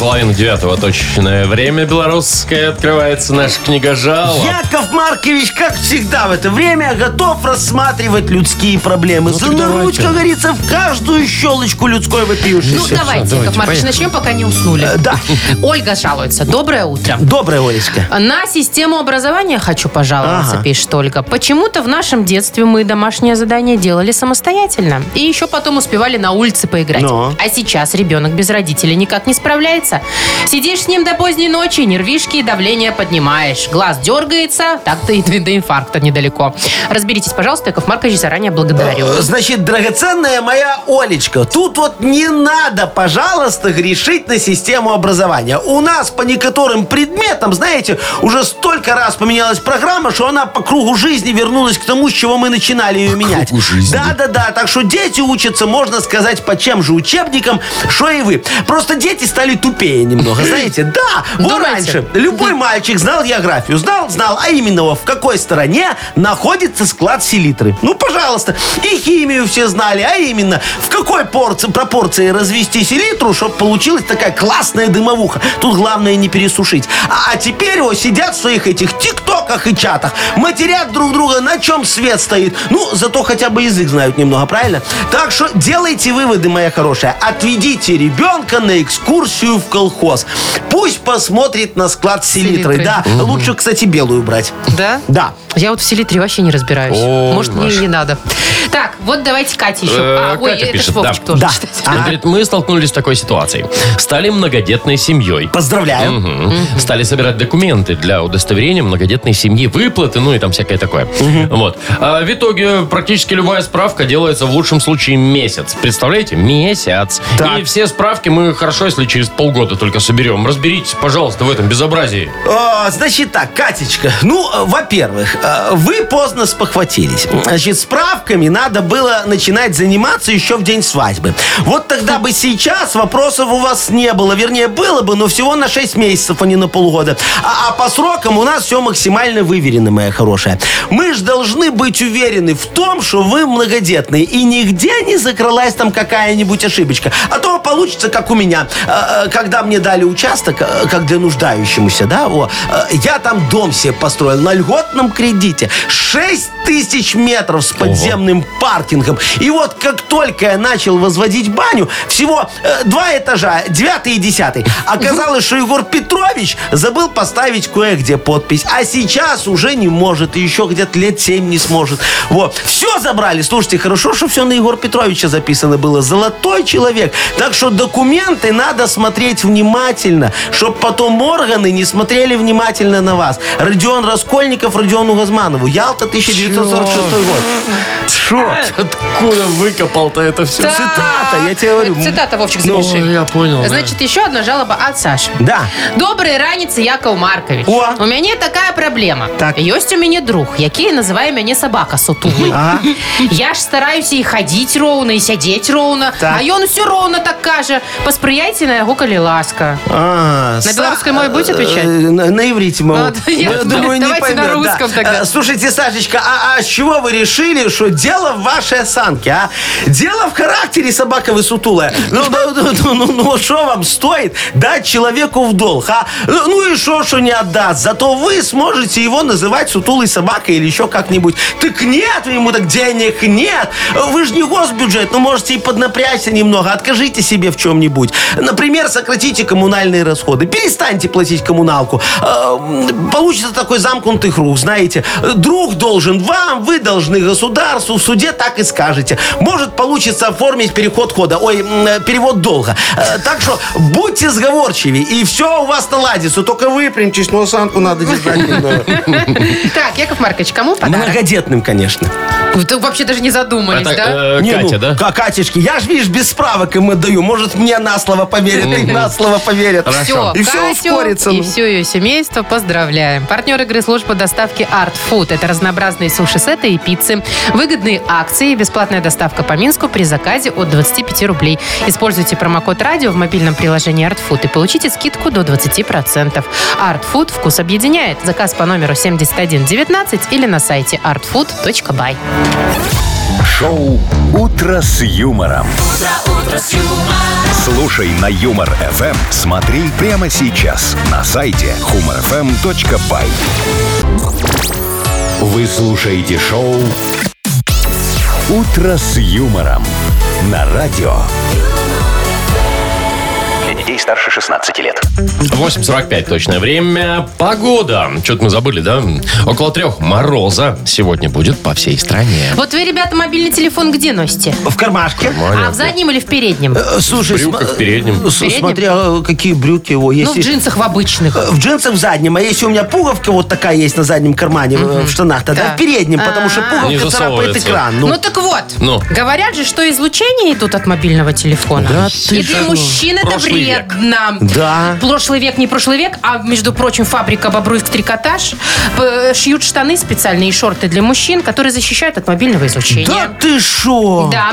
E: Половина девятого точное время белорусское. Открывается наша книга жалоб.
G: Яков Маркович, как всегда в это время, готов рассматривать людские проблемы.
E: Ну так
G: Занырнуть,
E: давайте.
G: как говорится, в каждую щелочку людской
F: Ну,
G: вопиюшести.
F: давайте, Яков Маркович, начнем, пока не уснули.
G: Э, да.
F: Олга жалуется. Доброе утро.
G: Доброе, Олечка.
F: На систему образования хочу пожаловаться,
G: Ага.
F: пишет Ольга. Почему-то в нашем детстве мы домашнее задание делали самостоятельно. И еще потом успевали на улице поиграть.
G: Но.
F: А сейчас ребенок без родителей никак не справляется. Сидишь с ним до поздней ночи, нервишки и давление поднимаешь. Глаз дергается, так-то и до до инфаркта недалеко. Разберитесь, пожалуйста, Яков Маркович, заранее благодарю.
G: Э, Значит, драгоценная моя Олечка, тут вот не надо, пожалуйста, грешить на систему образования. У нас по некоторым предметам, знаете, уже столько раз поменялась программа, что она по кругу жизни вернулась к тому, с чего мы начинали ее менять.
E: кругу жизни.
G: Да-да-да, так что дети учатся, можно сказать, по чем же учебникам, что и вы. Просто дети стали тупее немного, знаете? Да, вот
F: Думаете?
G: раньше любой мальчик знал географию, знал, знал, а именно в какой стороне находится склад селитры. Ну, пожалуйста. И химию все знали, а именно в какой порции, пропорции развести селитру, чтобы получилась такая классная дымовуха. Тут главное не пересушить. А, а теперь о, сидят в своих этих тиктоках и чатах, матерят друг друга, на чем свет стоит. Ну, зато хотя бы язык знают немного, правильно? Так что делайте выводы, моя хорошая. Отведите ребенка на экскурсию в колхоз. Пусть посмотрит на склад селитры.
F: Селитрой.
G: Да, лучше, кстати, белую брать.
F: Да?
G: Да.
F: Я вот в селитре вообще не разбираюсь.
E: Ой,
F: Может, мне и
E: Маша.
F: не надо. Так, вот давайте Катя еще.
E: Э,
F: А, ой,
E: Катя
F: это
E: пишет,
F: ж Вовчик
E: да.
F: тоже
G: Да.
F: читает.
G: А,
E: Говорит, мы столкнулись с такой ситуацией. Стали многодетной семьей.
G: Поздравляю.
E: Мгм. Стали собирать документы для удостоверения многодетной семьи, выплаты, ну и там всякое такое. Вот. А в итоге практически любая справка делается в лучшем случае месяц. Представляете? Месяц.
G: Так.
E: И все справки мы хорошо, если через полгода только соберем. Разберитесь, пожалуйста, в этом безобразии.
G: А, Значит так, Катечка, ну, э, во-первых, э, вы поздно спохватились. Значит, справками надо было начинать заниматься еще в день свадьбы. Вот тогда бы сейчас вопросов у вас не было. Вернее, было бы, но всего на 6 месяцев, а не на полгода. А, а по срокам у нас все максимально выверено, моя хорошая. Мы же должны быть уверены в том, что вы многодетные, и нигде не закралась там какая-нибудь ошибочка. А то получится, как у меня. Э, э, Когда мне дали участок, э, как для нуждающемуся, да, во, э, я там дом себе построил на льготном кредите. 6 тысяч метров с подземным паркингом. И вот как только я начал возводить баню, всего э, два этажа, девятый и десятый, оказалось, что Егор Петрович забыл поставить кое-где подпись. А сейчас уже не может, и еще где-то лет 7 не сможет. Вот. Все забрали. Слушайте, хорошо, что все на Егора Петровича записано было. Золотой человек. Так что документы надо смотреть внимательно, чтобы потом органы не смотрели внимательно на вас. Родион Раскольников, Родиону Газманову. Ялта 1946 год. Шо?
E: Откуда выкопал-то это все?
F: Так.
G: Цитата, я тебе говорю.
F: Цитата, Вовчик,
E: Ну,
F: запиши.
E: я понял. да.
F: Значит, еще одна жалоба от Саши.
G: Да.
F: Добрый раніцы, Яков Маркович.
G: О.
F: У меня такая проблема.
G: Так.
F: Есть у меня друг, який называє мяне собака сутулой.
G: Ага.
F: Я ж стараюся і ходить ровно, і сидеть ровно,
G: Так.
F: а ён все ровно так каже. Посприяйте на його или ласка?
G: А,
F: На
G: са-
F: белорусской мове будете отвечать?
G: э, На, на иврите могу.
F: А, да, я думаю, давайте на
G: поймет, да.
F: русском тогда.
G: Э, Слушайте, Сашечка, а, а с чего вы решили, что дело в вашей осанке, а? Дело в характере собака вы сутулая. Ну, ну, ну, ну, ну, ну, что вам стоит дать человеку в долг, а? Ну, ну и что, что не отдаст? Зато вы сможете его называть сутулой собакой или еще как-нибудь. Так нет, вы ему так денег нет. Вы же не госбюджет, ну можете и поднапрячься немного. Откажите себе в чем-нибудь. Например, сократите коммунальные расходы. Перестаньте платить коммуналку. Э, м, Получится такой замкнутый круг, знаете. Э, Друг должен вам, вы должны государству. В суде так и скажете. Может получится оформить переход хода. Ой, м, э, перевод долга. Э, Так что будьте сговорчивее, и все у вас наладится. Только выпрямитесь, но осанку надо держать. немного.
F: Так, Яков Маркович, кому подарок?
G: Многодетным, конечно.
F: Вы тут вообще даже не задумались, да?
E: э,
G: Не, ну,
E: Катя, да?
G: Ка- Катюшки, я ж, видишь, без справок им отдаю. Может, мне на слово поверят, и на слово поверят.
F: Все,
G: И все ускорится.
F: и
G: ну.
F: все ее семейство поздравляем. Партнер игры служба доставки Art Food. Это разнообразные суши-сеты и пиццы, выгодные акции и бесплатная доставка по Минску при заказе от 25 рублей. Используйте промокод «Радио» в мобильном приложении Art Food и получите скидку до 20%. Art Food вкус объединяет. Заказ по номеру 7119 или на сайте artfood.by.
A: Шоу «Утро с юмором». Слушай на Юмор ФМ. Смотри прямо сейчас на сайте humorfm.by. Вы слушаете шоу «Утро с юмором» на радио. Для детей старше 16 лет.
E: 8.45 точное время. Погода. Что-то мы забыли, да? Около трех мороза сегодня будет по всей стране.
F: Вот вы, ребята, мобильный телефон где носите?
G: В кармашке.
F: А в заднем или в переднем?
G: Э, Слушай,
E: В брюках,
G: см-
E: в переднем.
G: э,
F: В переднем?
G: Смотря э, какие брюки его
F: Ну, в
G: есть.
F: джинсах в обычных.
G: В джинсах в заднем, а если у меня пуговка вот такая есть на заднем кармане э, в штанах, тогда
F: Да.
G: в переднем, потому что
F: А.
E: Не
G: пуговка царапает
E: засовывается.
G: экран.
F: Ну,
G: Ну,
F: так вот,
E: Ну.
F: говорят же, что излучения идут от мобильного телефона.
E: Да ты
F: И для
E: что?
F: мужчин это
E: Прошлый век.
F: вредно.
G: Да.
F: Прошлый век, не прошлый век, а, между прочим, фабрика «Бобруйск Трикотаж» э, шьют штаны специальные и шорты для мужчин, которые защищают от мобильного
G: да
F: излучения.
G: ты шо?
F: Да.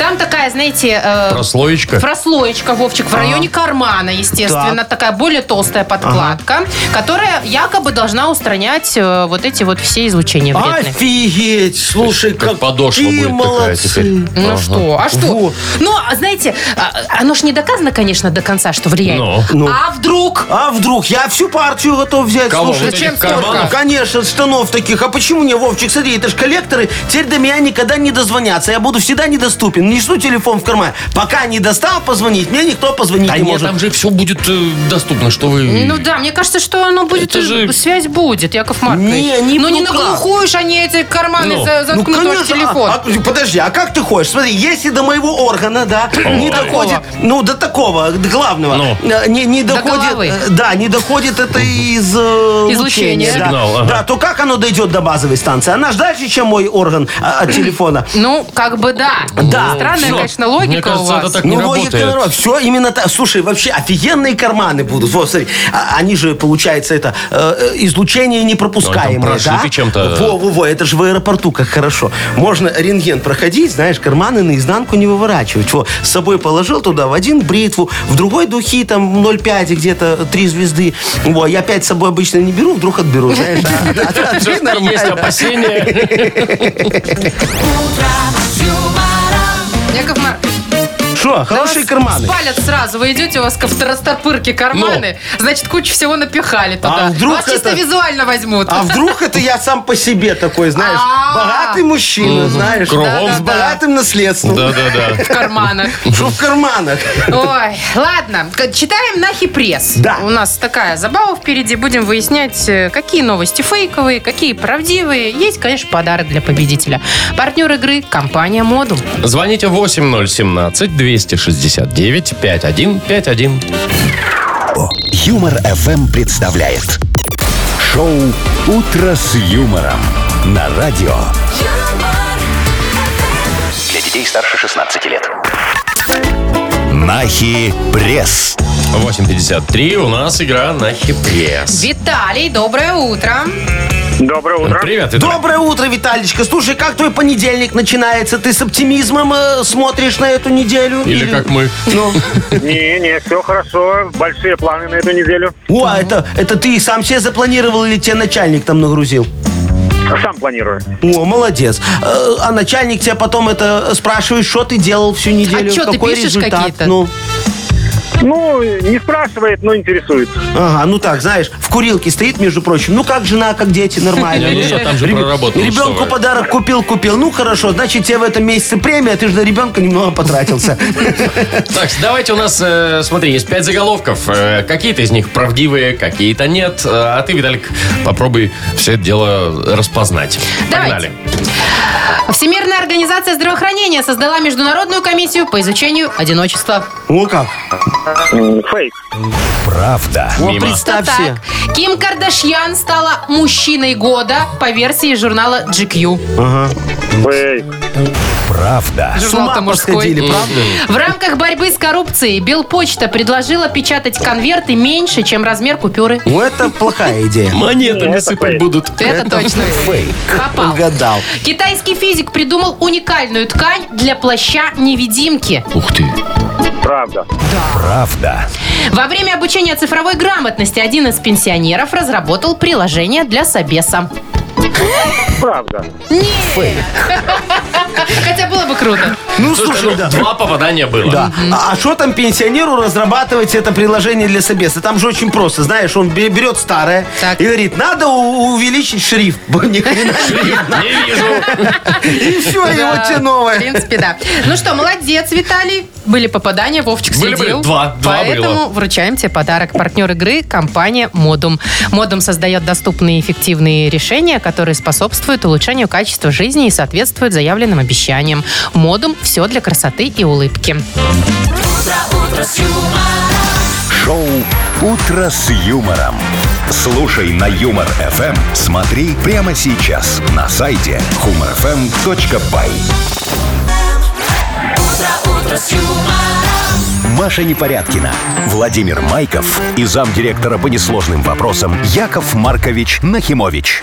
F: Там такая, знаете... э,
E: Прослоечка. А.
F: Прослоечка, Вовчик, в районе кармана, естественно. Такая более толстая подкладка, которая якобы должна устранять э, вот эти вот все излучения вредные.
G: Офигеть! Слушай,
E: Как подошва
G: какие
E: будет такая
G: молодцы.
E: теперь.
F: Ну
E: Ага.
F: что, а что?
G: Во.
F: Ну, а знаете, а, оно ж не доказано, конечно, до конца, что влияет.
E: Ну.
F: А вдруг?
G: А вдруг? Я всю партию готов взять.
E: Кого?
G: Слушай,
E: Вот этих
F: зачем
G: Ну,
E: карманов?
G: конечно, штанов таких. А почему не, Вовчик? Смотри, это ж коллекторы теперь до меня никогда не дозвонятся. Я буду всегда недоступен. Несу телефон в карман. Пока не достал позвонить, мне никто позвонить
E: Да
G: не
E: нет,
G: может.
E: там же все будет э, доступно, что вы...
F: Ну да, мне кажется, что оно будет,
E: Это же-
F: связь будет, Яков Маркович.
G: Не, не
F: ну не
G: пугай.
F: наглухуешь они эти карманы
E: Ну.
F: за- заткнут ваш э, телефон.
G: А- а, подожди, а как ты хочешь? Смотри, если до моего органа, да, не доходит, ну, до такого, до главного,
E: Ну.
G: э, не, не
F: До
G: доходит,
F: головы.
G: э, да, не доходит это из э,
F: Излучения.
G: лучения, да.
E: Сигнал, ага.
G: Да, то как оно дойдет до базовой станции? Она же дальше, чем мой орган а, от телефона.
F: Ну, как бы да.
G: Да.
F: Странная,
E: Всё.
F: конечно, логика
E: Ну, Мне кажется,
F: у вас.
E: это так не
G: Ну, логика
E: работает.
G: народ, все именно так. Слушай, вообще офигенные карманы будут. Вот, смотри, а- они же, получается, это э, э, излучение непропускаемое,
E: Ну, они там прошиты
G: да?
E: чем-то.
G: Во-во-во, это же в аэропорту как хорошо. Можно рентген проходить, знаешь, карманы наизнанку не выворачивать. Во, с собой положил туда в один бритву, в другой духи, там 0,5 где-то, 3 звезды. Во, я 5 с собой обычно не беру, вдруг отберу, знаешь. да, да, да,
E: Всё, что есть опасения.
F: Яков Маркович,
G: Шо,
F: да
G: хорошие
F: вас
G: карманы.
F: спалят сразу. Вы идете, у вас ко второстопырке карманы, значит, кучу всего напихали туда.
G: А вдруг
F: вас чисто
G: это-
F: визуально возьмут.
G: А вдруг это я сам по себе такой, знаешь,
F: А.
G: богатый мужчина, знаешь,
E: Кругом.
G: с богатым наследством.
E: Да-да-да.
F: В карманах.
G: Что в карманах?
F: Ой, ладно, к- читаем нахи пресс.
G: Да.
F: У нас такая забава впереди. Будем выяснять, э, какие новости фейковые, какие правдивые. Есть, конечно, подарок для победителя. Партнер игры – компания «Модум».
E: Звоните 8017-269-5151.
A: Юмор FM представляет шоу Утро с юмором на радио. Для детей старше 16 лет. Нахи пресс.
E: 8.53. У нас игра на хипресс.
F: Виталий, доброе утро.
I: Доброе утро.
E: Привет, Виталий.
G: Доброе утро, Виталичка. Слушай, как твой понедельник начинается? Ты с оптимизмом э, смотришь на эту неделю?
E: Или как мы.
G: Ну,
I: Не, не, все хорошо. Большие планы на эту неделю.
G: о, а это, это ты сам себе запланировал или тебе начальник там нагрузил?
I: Сам планирую.
G: О, молодец. Э, А начальник тебя потом это спрашивает, что ты делал всю неделю,
F: А чё, ты
G: какой
F: пишешь
G: результат.
F: какие-то?
G: Ну,
I: Ну, не спрашивает, но интересуется.
G: ага, ну так, знаешь, в курилке стоит, между прочим. Ну как жена, как дети, нормально.
E: Не, ну я там же
G: Реб-
E: проработал, что
G: Ребенку
E: вы.
G: подарок купил, купил. Ну хорошо, значит тебе в этом месяце премия, ты же на ребенка немного потратился.
E: Так, давайте у нас, э, смотри, есть пять заголовков. Э, какие-то из них правдивые, какие-то нет. Э, А ты, Виталик, попробуй все это дело распознать.
F: Давайте.
E: Погнали.
F: Всемирная организация здравоохранения создала международную комиссию по изучению одиночества.
G: О, как.
I: М, Фейк.
A: Правда.
G: О,
E: Мимо.
G: представь
F: Ну, Так,
G: себе.
F: Ким Кардашьян стала мужчиной года по версии журнала GQ.
I: Фейк.
A: Правда.
G: С ума
F: Журнал-то мужской.
G: посходили, правда?
F: В рамках борьбы с коррупцией Белпочта предложила печатать конверты меньше, чем размер купюры.
G: Ну, это плохая идея.
E: Монетами сыпать будут.
F: Это точно. Попал.
G: Угадал.
F: Китайский физик придумал уникальную ткань для плаща невидимки.
E: Ух ты.
I: Правда.
A: Правда.
F: Во время обучения цифровой грамотности один из пенсионеров разработал приложение для собеса.
I: Правда.
F: Хотя было бы круто.
G: Ну,
E: Слушай, ну,
G: слушай, да.
E: два попадания было.
G: Да. А что там пенсионеру разрабатывать это приложение для собеса? Там же очень просто. Знаешь, он бе- берет старое
F: Так.
G: и говорит, надо у- увеличить шрифт. Ни хрена не видно.
E: Не вижу.
G: И все, и вот
F: Да,
G: тебе
F: В
G: новое.
F: принципе, да. Ну что, молодец, Виталий. Были попадания, Вовчик
E: Были,
F: следил.
E: были. Два, два
F: Поэтому
E: было.
F: вручаем тебе подарок. Партнер игры – компания «Модум». «Модум» создает доступные и эффективные решения, которые способствуют улучшению качества жизни и соответствуют заявленным обещаниям. «Модум» – все для красоты и улыбки.
A: Шоу «Утро с юмором». Слушай на Юмор ФМ. Смотри прямо сейчас на сайте humorfm.by. Маша Непорядкина, Владимир Майков и замдиректора по несложным вопросам Яков Маркович Нахимович.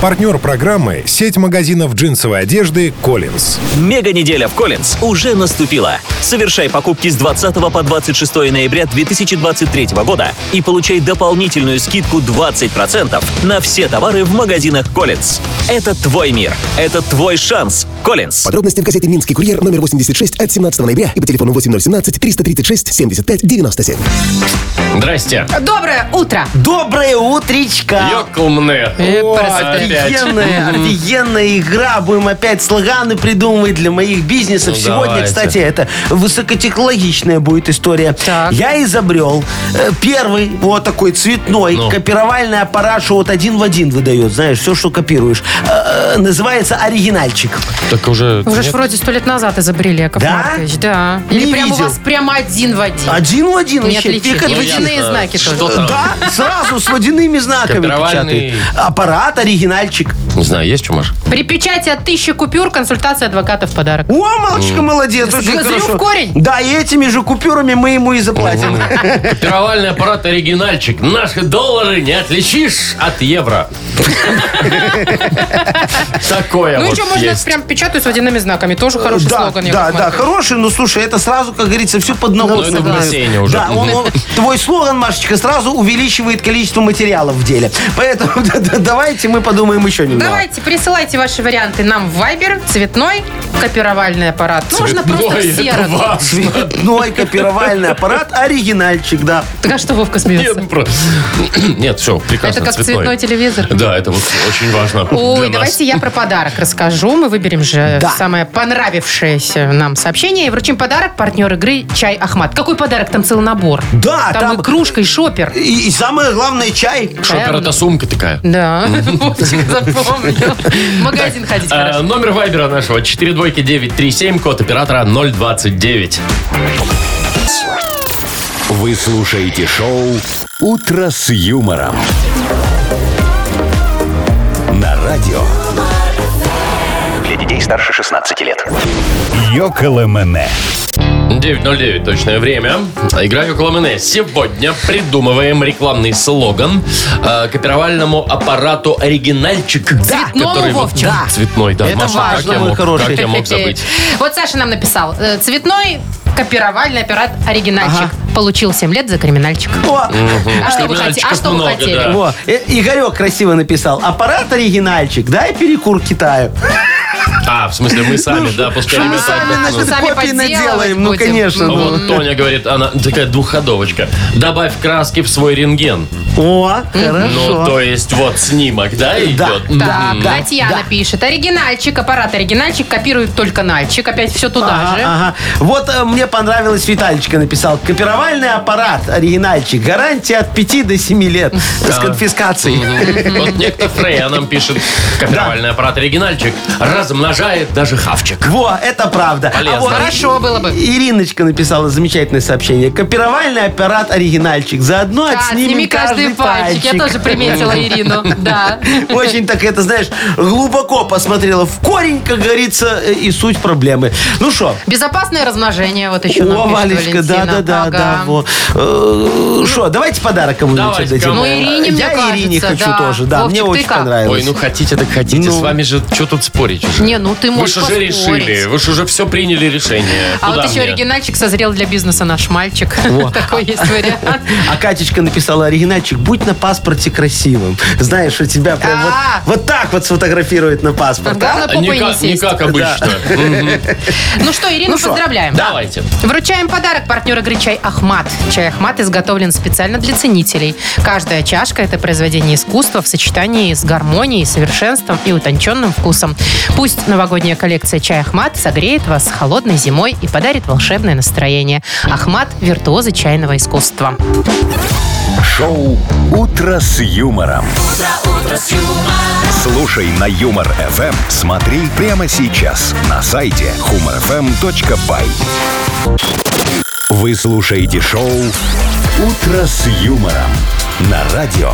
B: Партнер программы – сеть магазинов джинсовой одежды «Коллинз».
C: Мега неделя в Коллинз уже наступила. Совершай покупки с 20 по 26 ноября 2023 года и получай дополнительную скидку 20% на все товары в магазинах Коллинз. Это твой мир. Это твой шанс. Коллинз.
D: Подробности в газете «Минский курьер» номер 86 от 17 ноября и по телефону 8017-336-75-97.
E: Здрасте.
F: Доброе утро!
G: Доброе утречка.
E: Йоклмне.
F: Э,
E: О,
F: просто
E: опять.
G: Офигенная, офигенная игра. Будем опять слоганы придумывать для моих бизнесов.
E: Ну,
G: Сегодня,
E: давайте.
G: кстати, это высокотехнологичная будет история.
F: Так.
G: Я изобрел э, первый вот такой цветной
E: Ну.
G: копировальный аппарат, что вот один в один выдает, знаешь, все, что копируешь. Э, э, называется оригинальчик.
E: Так уже...
F: Уже ж вроде сто лет назад изобрели, Яков
G: Да?
F: Маркович. Да.
G: Не
F: Или прям у
G: видел.
F: вас прямо один в один.
G: Один в один
F: Не
G: вообще.
F: отличить.
G: Фиг
F: И
G: отличить.
F: водяные знаки тоже.
E: Что там?
G: Да, сразу с водяными знаками
E: Копировальный.
G: печатает. Аппарат, оригинальчик.
E: Не знаю, есть что, Маш?
F: При печати от тысячи купюр консультация адвоката в подарок.
G: О, мальчика, молодец, очень
F: Сгрызли
G: хорошо.
F: в корень.
G: Да, и этими же купюрами мы ему и заплатим.
E: Копировальный аппарат оригинальчик. Наши доллары не отличишь от евро. Такое
F: Ну и
E: вот
F: что, можно
E: есть.
F: прям печатаю с водяными знаками. Тоже хороший
G: да,
F: слоган, Яков
G: да, да,
F: Маркович.
G: хороший, но слушай, это сразу, как говорится, все под налог.
E: Ну, это в
G: знают.
E: бассейне уже.
G: Да, он- он- твой слоган, Машечка, сразу увеличивает количество материалов в деле. Поэтому да, да, давайте мы подумаем еще немного.
F: Давайте, присылайте ваши варианты нам в Viber. Цветной копировальный аппарат. Можно просто
E: Цветной,
F: в
E: это
F: сером.
E: важно.
G: Цветной копировальный аппарат, оригинальчик, да.
F: Так а что Вовка смеется?
E: Нет, просто- Нет, все, прекрасно.
F: Это как цветной телевизор.
E: Да, это вот очень важно
F: Ой,
E: для нас.
F: давайте я про подарок расскажу. Мы выберем же
G: Да.
F: самое понравившееся нам сообщение и вручим подарок партнер игры «Чай Ахмат». Какой подарок? Там целый набор.
G: Да,
F: там,
G: там-
F: и кружка, и шопер.
G: И, и самое главное, чай.
E: Шопер, это сумка такая.
F: Да, Вовчик запомнил. В магазин ходить
E: Э,
F: хорошо.
E: Номер вайбера нашего 42937, код оператора 029.
A: Вы слушаете шоу «Утро с юмором». На радио. Для детей старше 16 лет. Йоколэмэне.
E: 9.09 точное время. Играю около меня. Сегодня придумываем рекламный слоган э, копировальному аппарату «Оригинальчик».
F: Цветному
E: вот-
F: Вовчик.
E: да, цветной, да.
G: Это
E: Маша,
G: важно,
E: как я
G: мой
E: мог,
G: хороший.
E: Как я мог забыть?
F: Вот Саша нам написал. э, Цветной копировальный аппарат оригинальчик. Получил 7 лет за криминальчик.
G: О,
F: А что вы хотели?
E: криминальчиков
F: А что вы
E: много,
F: хотели?
E: да.
G: во, э, Игорек красиво написал. Аппарат оригинальчик, дай перекур Китаю.
E: А, в смысле, мы сами, да,
F: А
E: пускай
G: Мы
E: ребята
G: сами
E: отдохнут.
G: наши
F: Сами
G: копии
F: подделывать
G: наделаем. Ну,
F: будем.
G: конечно. ну.
E: А Вот Тоня говорит, она такая двухходовочка. Добавь краски в свой рентген.
G: О,
E: Ну,
G: хорошо.
E: то есть вот снимок, да,
G: Да,
E: идет?
F: Так,
E: М.
F: Татьяна
G: да.
F: пишет. Оригинальчик, аппарат оригинальчик, копирует только нальчик. Опять все туда
G: Ага,
F: Ну, же.
G: ага. Вот э, мне понравилось, Витальечка написал. Копировальный аппарат, оригинальчик. Гарантия от 5 до 7 лет с конфискацией.
E: Мгм. Вот некто Фрея нам пишет, копировальный аппарат оригинальчик размножает даже хавчик.
G: Во, это правда. А
E: Полезно.
F: Хорошо было бы.
G: Ириночка написала замечательное сообщение. Копировальный аппарат оригинальчик. Заодно
F: Да,
G: отснимем
F: сними каждый пальчик. Я тоже приметила Ирину. Да.
G: Очень так это, знаешь, глубоко посмотрела в корень, как говорится, э, и суть проблемы. Ну что,
F: Безопасное размножение вот еще
G: О,
F: нам пишет
G: Валечка, да,
F: Валентина.
G: да, да,
F: Ага.
G: да. вот. Э, Что, давайте подарок кому-нибудь
E: Давайте,
G: отдадим.
E: кому?
F: Ну, Ирине, мне
G: Я Ирине
F: кажется,
G: хочу
F: да.
G: тоже, да.
F: Вовчик,
G: мне
F: ты
G: очень
F: как?
G: понравилось.
E: Ой, ну хотите, так хотите.
G: Ну.
E: С вами же, что тут спорить уже?
F: Не, ну ты
E: Вы
F: можешь
E: же уже
F: поспорить.
E: решили, вы же уже все приняли решение.
F: А
E: Куда
F: вот еще
E: мне?
F: оригинальчик созрел для бизнеса наш мальчик. Такой есть вариант.
G: А Катечка написала оригинальчик, будь на паспорте красивым. Знаешь, что тебя прям вот,
F: А.
G: вот так вот сфотографирует на паспорт.
F: Главное,
E: не
F: попой не
E: как, не
F: сесть.
E: как А обычно. Мгм.
F: Ну что, Ирину
G: Ну что,
F: поздравляем.
E: Давайте.
F: Вручаем подарок партнер игры «Чай Ахмат». Чай Ахмат изготовлен специально для ценителей. Каждая чашка – это произведение искусства в сочетании с гармонией, совершенством и утонченным вкусом. Пусть новогодняя коллекция «Чай Ахмат» согреет вас холодной зимой и подарит волшебное настроение. Ахмат – виртуозы чайного искусства.
A: Шоу «Утро с юмором». Слушай на Юмор ФМ. Смотри прямо сейчас на сайте humorfm.by. Вы слушаете шоу «Утро с юмором» на радио.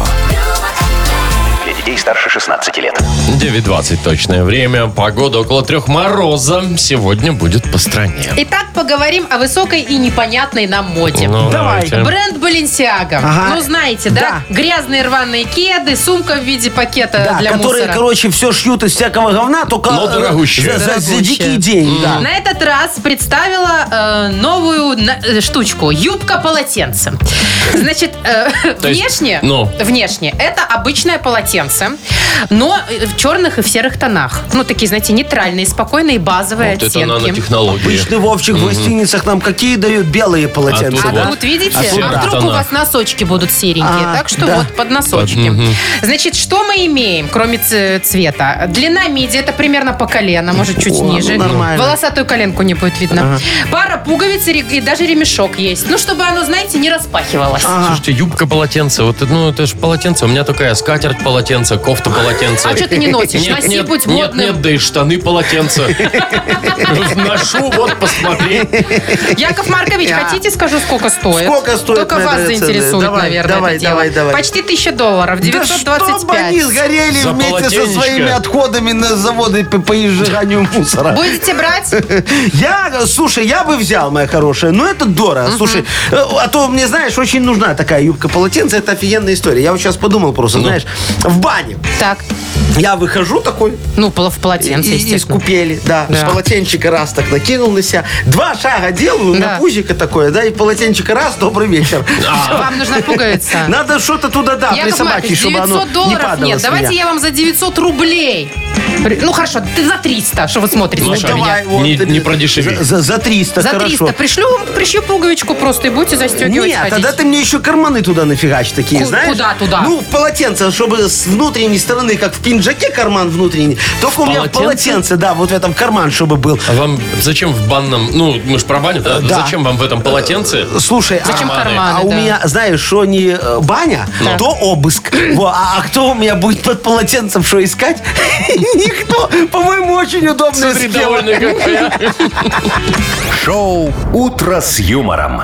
A: Для детей старше 16 лет.
E: 9.20 точное время. Погода около трех мороза. Сегодня будет по стране.
F: Итак, поговорим о высокой и непонятной нам моде.
E: Ну,
G: Давай.
E: давайте.
F: Бренд Баленсиага.
G: Ага.
F: Ну, знаете, да?
G: Да.
F: Грязные рваные кеды, сумка в виде пакета
G: Да,
F: Э, для
G: которые,
F: мусора.
G: короче, все шьют из всякого говна, только
E: Но
G: э,
E: дорогущее.
G: за- за- за
F: Дорогущее.
G: дикие деньги. да.
F: На этот раз представила э, новую на- э, штучку. Юбка полотенце. Значит, э,
E: То есть,
F: внешне,
E: ну.
F: внешне это обычное полотенце, но э, в черных и в серых тонах. Ну, такие, знаете, нейтральные, спокойные, базовые
E: Вот это
F: оттенки.
E: нанотехнологии.
G: Обычный Вовчик в гостиницах нам какие дают белые полотенца,
E: А
F: А
E: Вот.
G: да?
F: тут, видите,
E: А тут
F: а
E: да.
F: вдруг у
E: Тонах.
F: вас носочки будут серенькие.
G: А,
F: так что
G: да.
F: вот под носочки. Значит, что мы имеем, кроме ц- цвета? Длина миди, это примерно по колено, может, чуть
G: О, ну,
F: ниже.
G: нормально.
F: Волосатую коленку не будет видно. Пара пуговиц и ре- и даже ремешок есть. Ну, чтобы оно, знаете, не распахивалось.
E: Слушайте, юбка полотенце, вот это, ну это же полотенце. У меня такая скатерть полотенце, кофта полотенце.
F: А чё ты не носишь?
E: Нет,
F: Носи,
E: нет,
F: будь
E: нет,
F: модным.
E: нет, да и штаны полотенце. Ношу, вот посмотри.
F: Яков Маркович, хотите, скажу, сколько стоит?
G: Сколько стоит
F: Только
G: на
F: вас
G: это цены?
F: заинтересует,
G: Давай,
F: наверное,
G: давай,
F: это дело.
G: давай, давай.
F: Почти 1000 долларов,
G: Да чтобы
F: 925.
G: они сгорели
E: За
G: вместе со
E: полотенечко.
G: своими отходами на заводы по, по изжиганию мусора.
F: Будете брать?
G: Я, слушай, я бы взял, моя хорошая, но это дорого. Слушай, э, а то мне, знаешь, очень нужна такая юбка полотенце, это офигенная история. Я вот сейчас подумал просто,
E: Ну.
G: знаешь, в бане
F: Так,
G: я выхожу такой
F: ну, пол- в
G: и-
F: полотенце,
G: и- из
F: естественно.
G: купели, да,
F: Да.
G: с полотенчика раз так накинул на себя, два шага делаю,
F: Да.
G: на пузико такое, да, и полотенчика раз, добрый вечер.
F: Вам нужна пуговица.
G: Надо что-то туда, да,
F: Яков
G: присобачить,
F: Маркович,
G: чтобы
F: 900
G: оно не
F: долларов
G: падало
F: нет.
G: с
F: Давайте
G: меня.
F: я вам за 900 рублей. При- Ну хорошо, ты за 300, что вы смотрите
E: Ну,
F: на
E: давай.
F: меня.
G: вот,
E: Не-
G: э,
E: не продешеви.
G: За, за- за 300,
F: За 300
G: хорошо.
F: пришлю вам, пришью пуговичку просто и будете застегивать
G: Нет,
F: ходить.
G: тогда ты мне еще карманы туда нафигач такие,
F: Ку-
G: знаешь?
F: куда туда?
G: Ну, в полотенце, чтобы с внутренней стороны, как в пинджаке карман внутренний. Только у меня в
E: полотенце?
G: полотенце, да, вот в этом карман, чтобы был.
E: А вам зачем в банном, ну мы же про баню, да?
G: Да.
E: Зачем вам в этом полотенце?
F: Э,
G: Слушай, а-
F: Зачем
E: карманы?
F: карманы?
G: а, у
F: да.
G: меня, знаешь, что не э, баня,
F: Ну.
G: то обыск. Во, а, а кто у меня будет под полотенцем, что искать? Никто. По-моему, очень
F: э,
G: удобная
E: Смотри,
G: схема.
E: довольная какая.
A: Шоу «Утро с юмором».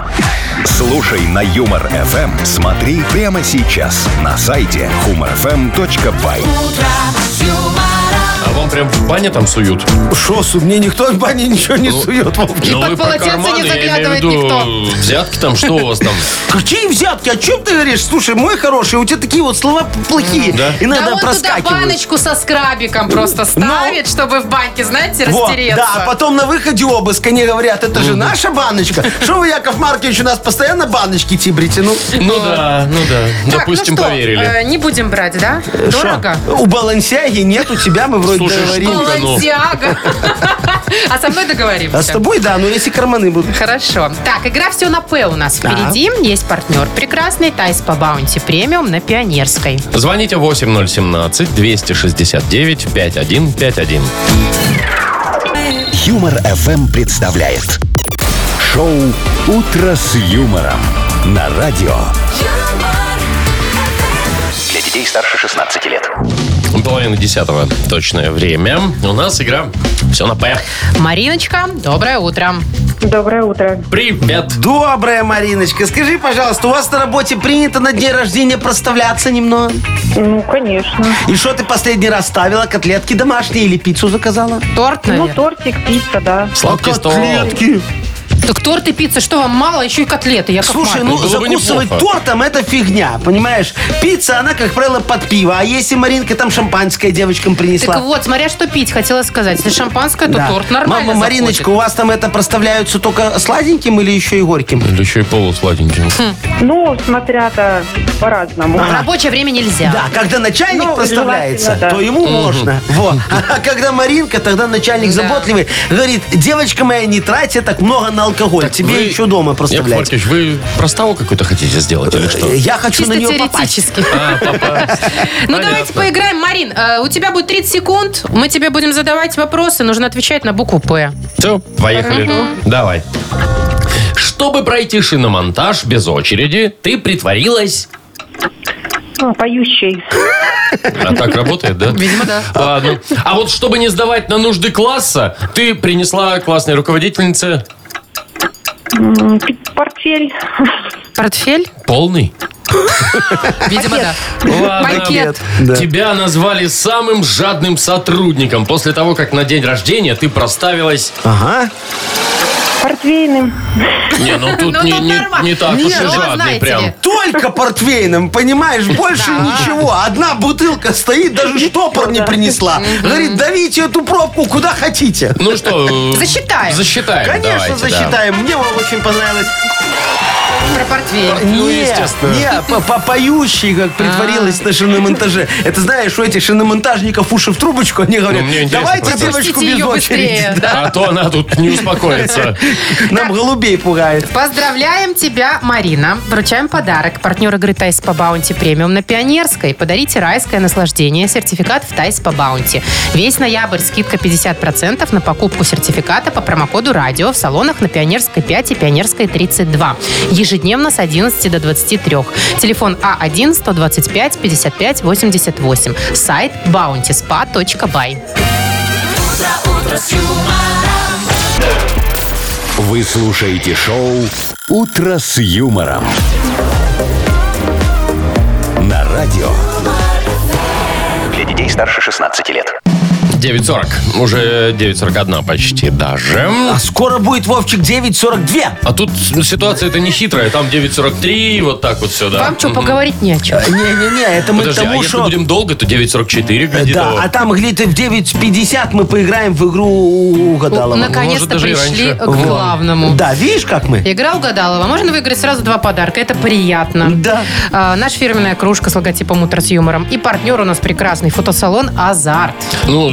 A: Слушай на Юмор ФМ. Смотри прямо сейчас на сайте humorfm.by.
E: А вам прям в бане там суют?
G: Шо, су, мне никто в бане ничего не сует, Вовки.
E: Ну,
F: под
E: вы про
F: полотенце не
E: карманы, я имею
F: заглядывает
E: в виду,
F: никто.
E: Взятки там, что у вас там?
G: Какие взятки? О чем ты говоришь? Слушай, мой хороший, у тебя такие вот слова плохие.
F: да
G: Иногда
F: он туда
G: проскакивают.
F: баночку со скрабиком просто ставит, чтобы в банке, знаете,
G: Вот,
F: растереться.
G: да, а потом на выходе обыск они говорят, это же наша баночка. Что вы, Яков Маркович, у нас постоянно баночки тибрите? Ну,
E: Ну да, ну да.
F: Так,
E: Допустим,
F: ну что,
E: поверили.
F: э, не будем брать, да? Дорого?
G: Э, шо? У балансяги нет, у тебя мы вроде
E: Слушай,
G: говорили.
E: штука. ну.
F: Балансиага. А со мной
G: А с
F: договоримся.
G: тобой, да, но если карманы будут.
F: Хорошо. Так, игра «Все на П» у нас впереди. Есть партнер прекрасный. Тайс по баунти премиум на Пионерской.
E: Звоните 8017-269-5151.
A: Юмор FM представляет шоу Утро с юмором на радио. Для детей старше 16 лет.
E: Половина десятого точное время. У нас игра «Все на П».
F: Мариночка, доброе утро.
H: Доброе утро.
E: Привет.
G: Добрая Мариночка, скажи, пожалуйста, у вас на работе принято на день рождения проставляться немного?
H: Ну, конечно.
G: И что ты последний раз ставила? Котлетки домашние или пиццу заказала?
F: Торт,
H: Ну,
F: наверное.
H: тортик, пицца, да.
E: Сладкий стол.
F: Так торт и пицца, что вам мало? Еще и котлеты. Я
G: Слушай, ну
E: Ну, было бы
G: закусывать
E: неплохо.
G: тортом это фигня, понимаешь? Пицца, она, как правило, под пиво. А если Маринка там шампанское девочкам принесла?
F: Так вот, смотря что пить, хотела сказать. Если шампанское, то
G: ну, Да.
F: торт нормально
G: Мама,
F: заходит.
G: Мариночка, у вас там это проставляются только сладеньким или еще и горьким?
E: Или еще и полусладенький.
G: Хм.
H: Ну, смотря-то по-разному.
F: В рабочее время нельзя.
G: А. Да, когда начальник
H: Ну,
G: проставляется,
H: желательно, да.
G: то ему можно. Вот. А когда Маринка, тогда начальник
F: Да.
G: заботливый говорит, девочка моя, не тратьте так много на алкоголь, тебе
E: Вы-
G: еще дома
E: Яков
G: проставлять.
E: Маркович, вы проставу какую-то хотите сделать или что?
G: Э, Я хочу
F: Чисто
G: на нее попасть. А,
F: теоретически. Ну, давайте поиграем. Марин, э, у тебя будет 30 секунд. Мы тебе будем задавать вопросы. Нужно отвечать на букву «П».
E: Все, поехали. Давай. Чтобы пройти шиномонтаж без очереди, ты притворилась...
H: Ну, Поющий.
E: А так работает, да?
F: Видимо, да.
E: Ладно. А вот чтобы не сдавать на нужды класса, ты принесла классной руководительнице
H: М, пи- Портфель.
F: Портфель?
E: полный.
F: Видимо, да.
E: Ладно.
F: Пакет.
E: Тебя назвали самым жадным сотрудником после того, как на день рождения ты проставилась...
G: Ага.
H: Портвейным.
E: Не, ну тут
F: Ну,
E: не,
F: тут
E: не-
F: нормально.
E: не так
F: Не,
E: уж и
F: ну,
E: жадный
F: знаете
E: прям.
F: ли.
G: Только портвейном, понимаешь, больше ничего. Одна бутылка стоит, даже штопор не принесла. Говорит, давите эту пробку куда хотите.
E: Ну что... э,
F: Засчитаем.
E: Засчитаем,
G: Конечно,
E: давайте, да.
G: засчитаем. Мне вам очень понравилось.
F: Про портфель.
E: Ну,
G: Не,
E: естественно. А.
G: Не, по- по- поющий, как притворилась на шиномонтаже. Это знаешь, у этих шиномонтажников уши в трубочку, они говорят,
E: Ну, мне интересно
G: давайте
E: просто.
G: девочку
F: Пропустите
G: без
F: ее
G: очереди.
F: быстрее.
G: Да,
E: А то она тут не успокоится.
G: Нам голубей пугает.
F: Поздравляем тебя, Марина. Вручаем подарок. Партнер игры «Тайс по баунти» премиум на Пионерской. Подарите райское наслаждение. Сертификат в «Тайс по баунти». Весь ноябрь скидка 50% на покупку сертификата по промокоду «Радио» в салонах на Пионерской 5 и Пионерской 32. Ежедневно с 11 до 23. Телефон А А1-125-55-88. Сайт bountyspa.by.
A: Вы слушаете шоу «Утро с юмором». На радио. Для детей старше 16 лет.
E: 9.40. Уже 9.41 почти даже.
G: А скоро будет Вовчик 9.42.
E: А тут ситуация-то не хитрая. Там 9.43, вот так вот все, да.
F: Вам что,
E: Мгм.
F: поговорить не о чем?
G: Не-не-не, это мы к
E: Подожди, а
G: тому,
E: если
G: что...
E: будем долго, то 9.44 глядит.
G: Да, а там, гляди, ты в 9.50 мы поиграем в игру угадалова.
E: Может,
F: Наконец-то
E: даже и
F: пришли
E: раньше.
F: к главному.
G: Да, видишь, как мы?
F: Игра угадалова. Можно выиграть сразу два подарка. Это приятно.
G: Да.
F: А, наша фирменная кружка с логотипом «Утро с юмором». И партнер у нас прекрасный фотосалон «Азарт».
E: Ну,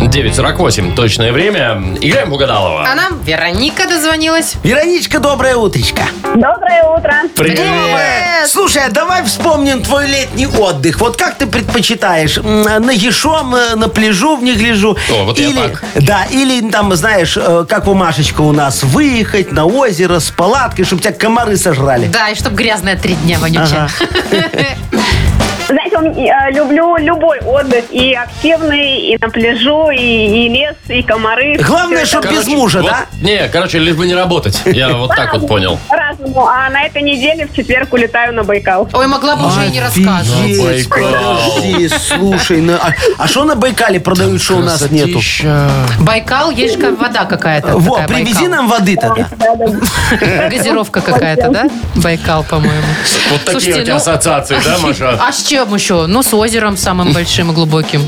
E: 9.48, точное время. Играем в угадалово.
F: А нам Вероника дозвонилась.
G: Вероничка, доброе утречко.
H: Доброе Доброе утро.
F: Привет!
G: Слушай, а давай вспомним твой летний отдых. Вот как ты предпочитаешь? М, а, Нагишом, э, на пляжу в негляжу?
E: О, вот я
G: или,
E: так.
G: Да, или там, знаешь, э, как у Машечка у нас, выехать на озеро с палаткой, чтобы тебя комары сожрали.
F: Да, и чтоб грязная три дня вонючая.
H: Знаете, он, э, люблю любой отдых. И активный, и на пляжу, и, и лес, и комары.
G: Главное,
H: Всё это
G: чтоб без мужа, да?
E: Не, короче, лишь бы не работать. Я вот так вот понял.
H: По-разному. А на этой неделе в четверг улетаю на Байкал.
F: Ой, могла бы уже и не рассказывать.
G: Офигеть,
E: Байкал.
G: подожди, слушай, ну, а- а что на Байкале продают, что у нас нету?
E: Красотища.
F: Байкал, есть же как вода какая-то.
G: Во,
F: такая,
G: привези
F: Байкал.
G: нам воды тогда.
F: Газировка какая-то, да? Байкал, по-моему.
E: Вот такие
F: Слушайте,
E: у тебя
F: ну,
E: ассоциации, да, Маша?
F: А с чем еще? Ну, с озером самым большим и глубоким.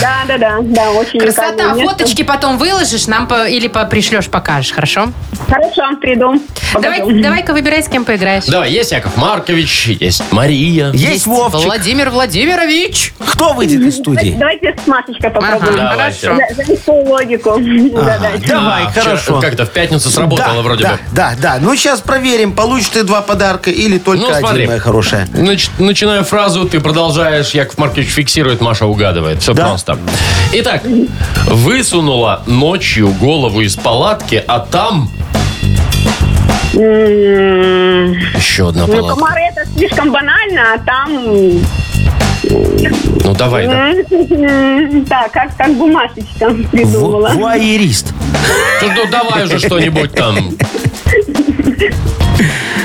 H: Да, да, да, да, очень
F: Красота.
H: уникальное место.
F: Фоточки потом выложишь нам по- или по- пришлешь, покажешь, хорошо?
H: Хорошо, приду.
F: Давай-
H: Погоду.
F: Давай-ка выбирай, с кем поиграешь.
E: Давай, есть Яков Маркович, есть Мария.
G: Есть Вовчик.
F: Владимир Владимирович.
G: Кто выйдет из студии?
H: Давайте с Машечкой попробуем.
F: Ага,
E: Давайте.
F: хорошо.
H: За, за свою логику. Да-да.
G: Давай,
E: А, вчера-
G: хорошо.
E: Как-то в пятницу сработало
G: да,
E: вроде
G: да,
E: бы.
G: Да, да. Ну, сейчас проверим, получишь ты два подарка или только
E: Ну, смотри.
G: один, моя хорошая.
E: Нач- начинаю фразу, ты продолжаешь, Яков Маркович фиксирует, Маша угадывает. Все
G: Да.
E: просто. Итак, высунула ночью голову из палатки, а там...
H: М,
E: Еще одна
H: Ну,
E: палатка.
H: комары это слишком банально, а там...
E: Ну давай, да.
H: м, Да, как, как бумажечка придумала.
G: Ву- Вуайерист.
E: Ну, ну, давай уже что-нибудь там.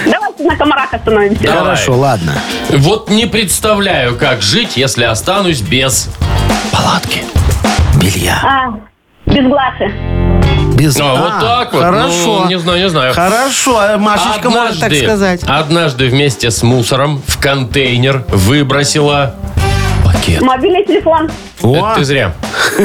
H: Давайте на комарах остановимся.
E: Давай.
G: Хорошо, ладно.
E: Вот не представляю, как жить, если останусь без палатки.
G: Белья.
H: А, без глаза.
G: Без...
E: А, вот так вот. Ну,
G: Хорошо.
E: не знаю, не знаю.
G: Хорошо, э, Машечка может так сказать.
E: однажды вместе с мусором в контейнер выбросила пакет.
H: Мобильный телефон.
E: Это Э, ты зря.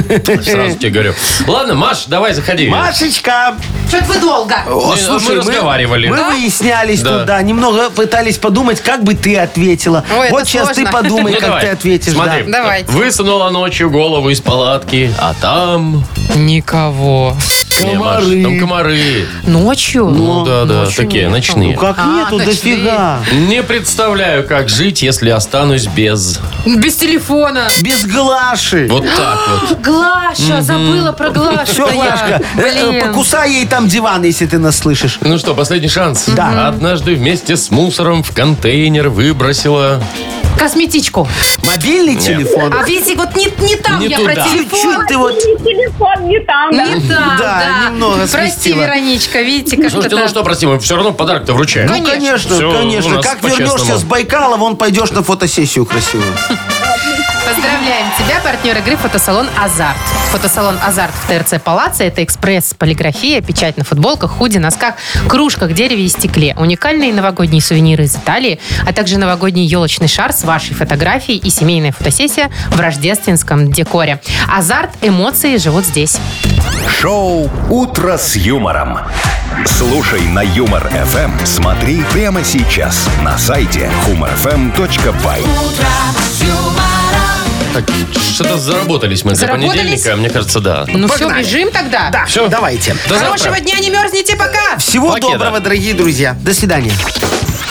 E: Сразу тебе говорю. Ладно, Маш, давай заходи.
G: Машечка,
F: Что-то вы долго.
G: О,
E: ну, Мы- мы разговаривали. Ну,
G: Мы
E: Да?
G: выяснялись
E: Да.
G: тут, да, немного пытались подумать, как бы ты ответила.
F: Ой,
G: вот
F: это
G: сейчас
F: сложно.
G: ты подумай,
E: Ну,
G: как
E: давай.
G: ты ответишь.
E: Смотри.
G: да.
F: Давайте.
E: Высунула ночью голову из палатки, а там...
F: Никого.
E: Не, Маш,
G: Комары.
E: там комары.
F: Ночью?
E: Ну, да, да,
F: Ночью
E: такие,
F: нет.
E: ночные.
G: Ну как
F: А,
G: нету,
F: точно,
G: дофига.
E: Не представляю, как жить, если останусь без...
F: Без телефона.
G: Без Глаши.
E: Вот так вот.
F: Глаша, забыла про Глашу.
G: Все, Глашка, э, э, покусай ей там диван, если ты нас слышишь.
E: Ну что, последний шанс.
G: Да.
E: Однажды вместе с мусором в контейнер выбросила...
F: Косметичку.
G: Мобильный телефон.
F: А видите, вот не, не там
E: Не
F: я
E: туда.
F: про А телефон.
G: Чуть-чуть ты вот...
H: И телефон не там, да?
F: Не там,
G: Да,
F: да.
G: немного
F: Прости,
G: сместила.
F: Вероничка, видите, как
E: Слушайте,
F: это...
E: ну что, прости, мы все равно подарок-то вручаем.
G: Ну, конечно,
E: Всё у
G: конечно.
E: нас
G: Как
E: по-честному.
G: вернешься с Байкала, вон пойдешь на фотосессию красивую.
F: Поздравляем тебя, партнер игры «Фотосалон Азарт». Фотосалон «Азарт» в ТРЦ «Палаца» — это экспресс, полиграфия, печать на футболках, худи, носках, кружках, дереве и стекле. Уникальные новогодние сувениры из Италии, а также новогодний елочный шар с вашей фотографией и семейная фотосессия в рождественском декоре. «Азарт» — эмоции живут здесь.
A: Шоу «Утро с юмором». Слушай на Юмор ФМ. Смотри прямо сейчас на сайте humorfm.by.
E: Так, что-то заработались мы для
F: Заработались?
E: понедельника, мне кажется, да.
F: Ну все, бежим тогда.
G: Да,
E: Всё.
G: давайте.
E: До завтра.
F: Хорошего дня, не мерзните пока!
G: Всего
E: Покеда.
G: доброго, дорогие друзья. До свидания.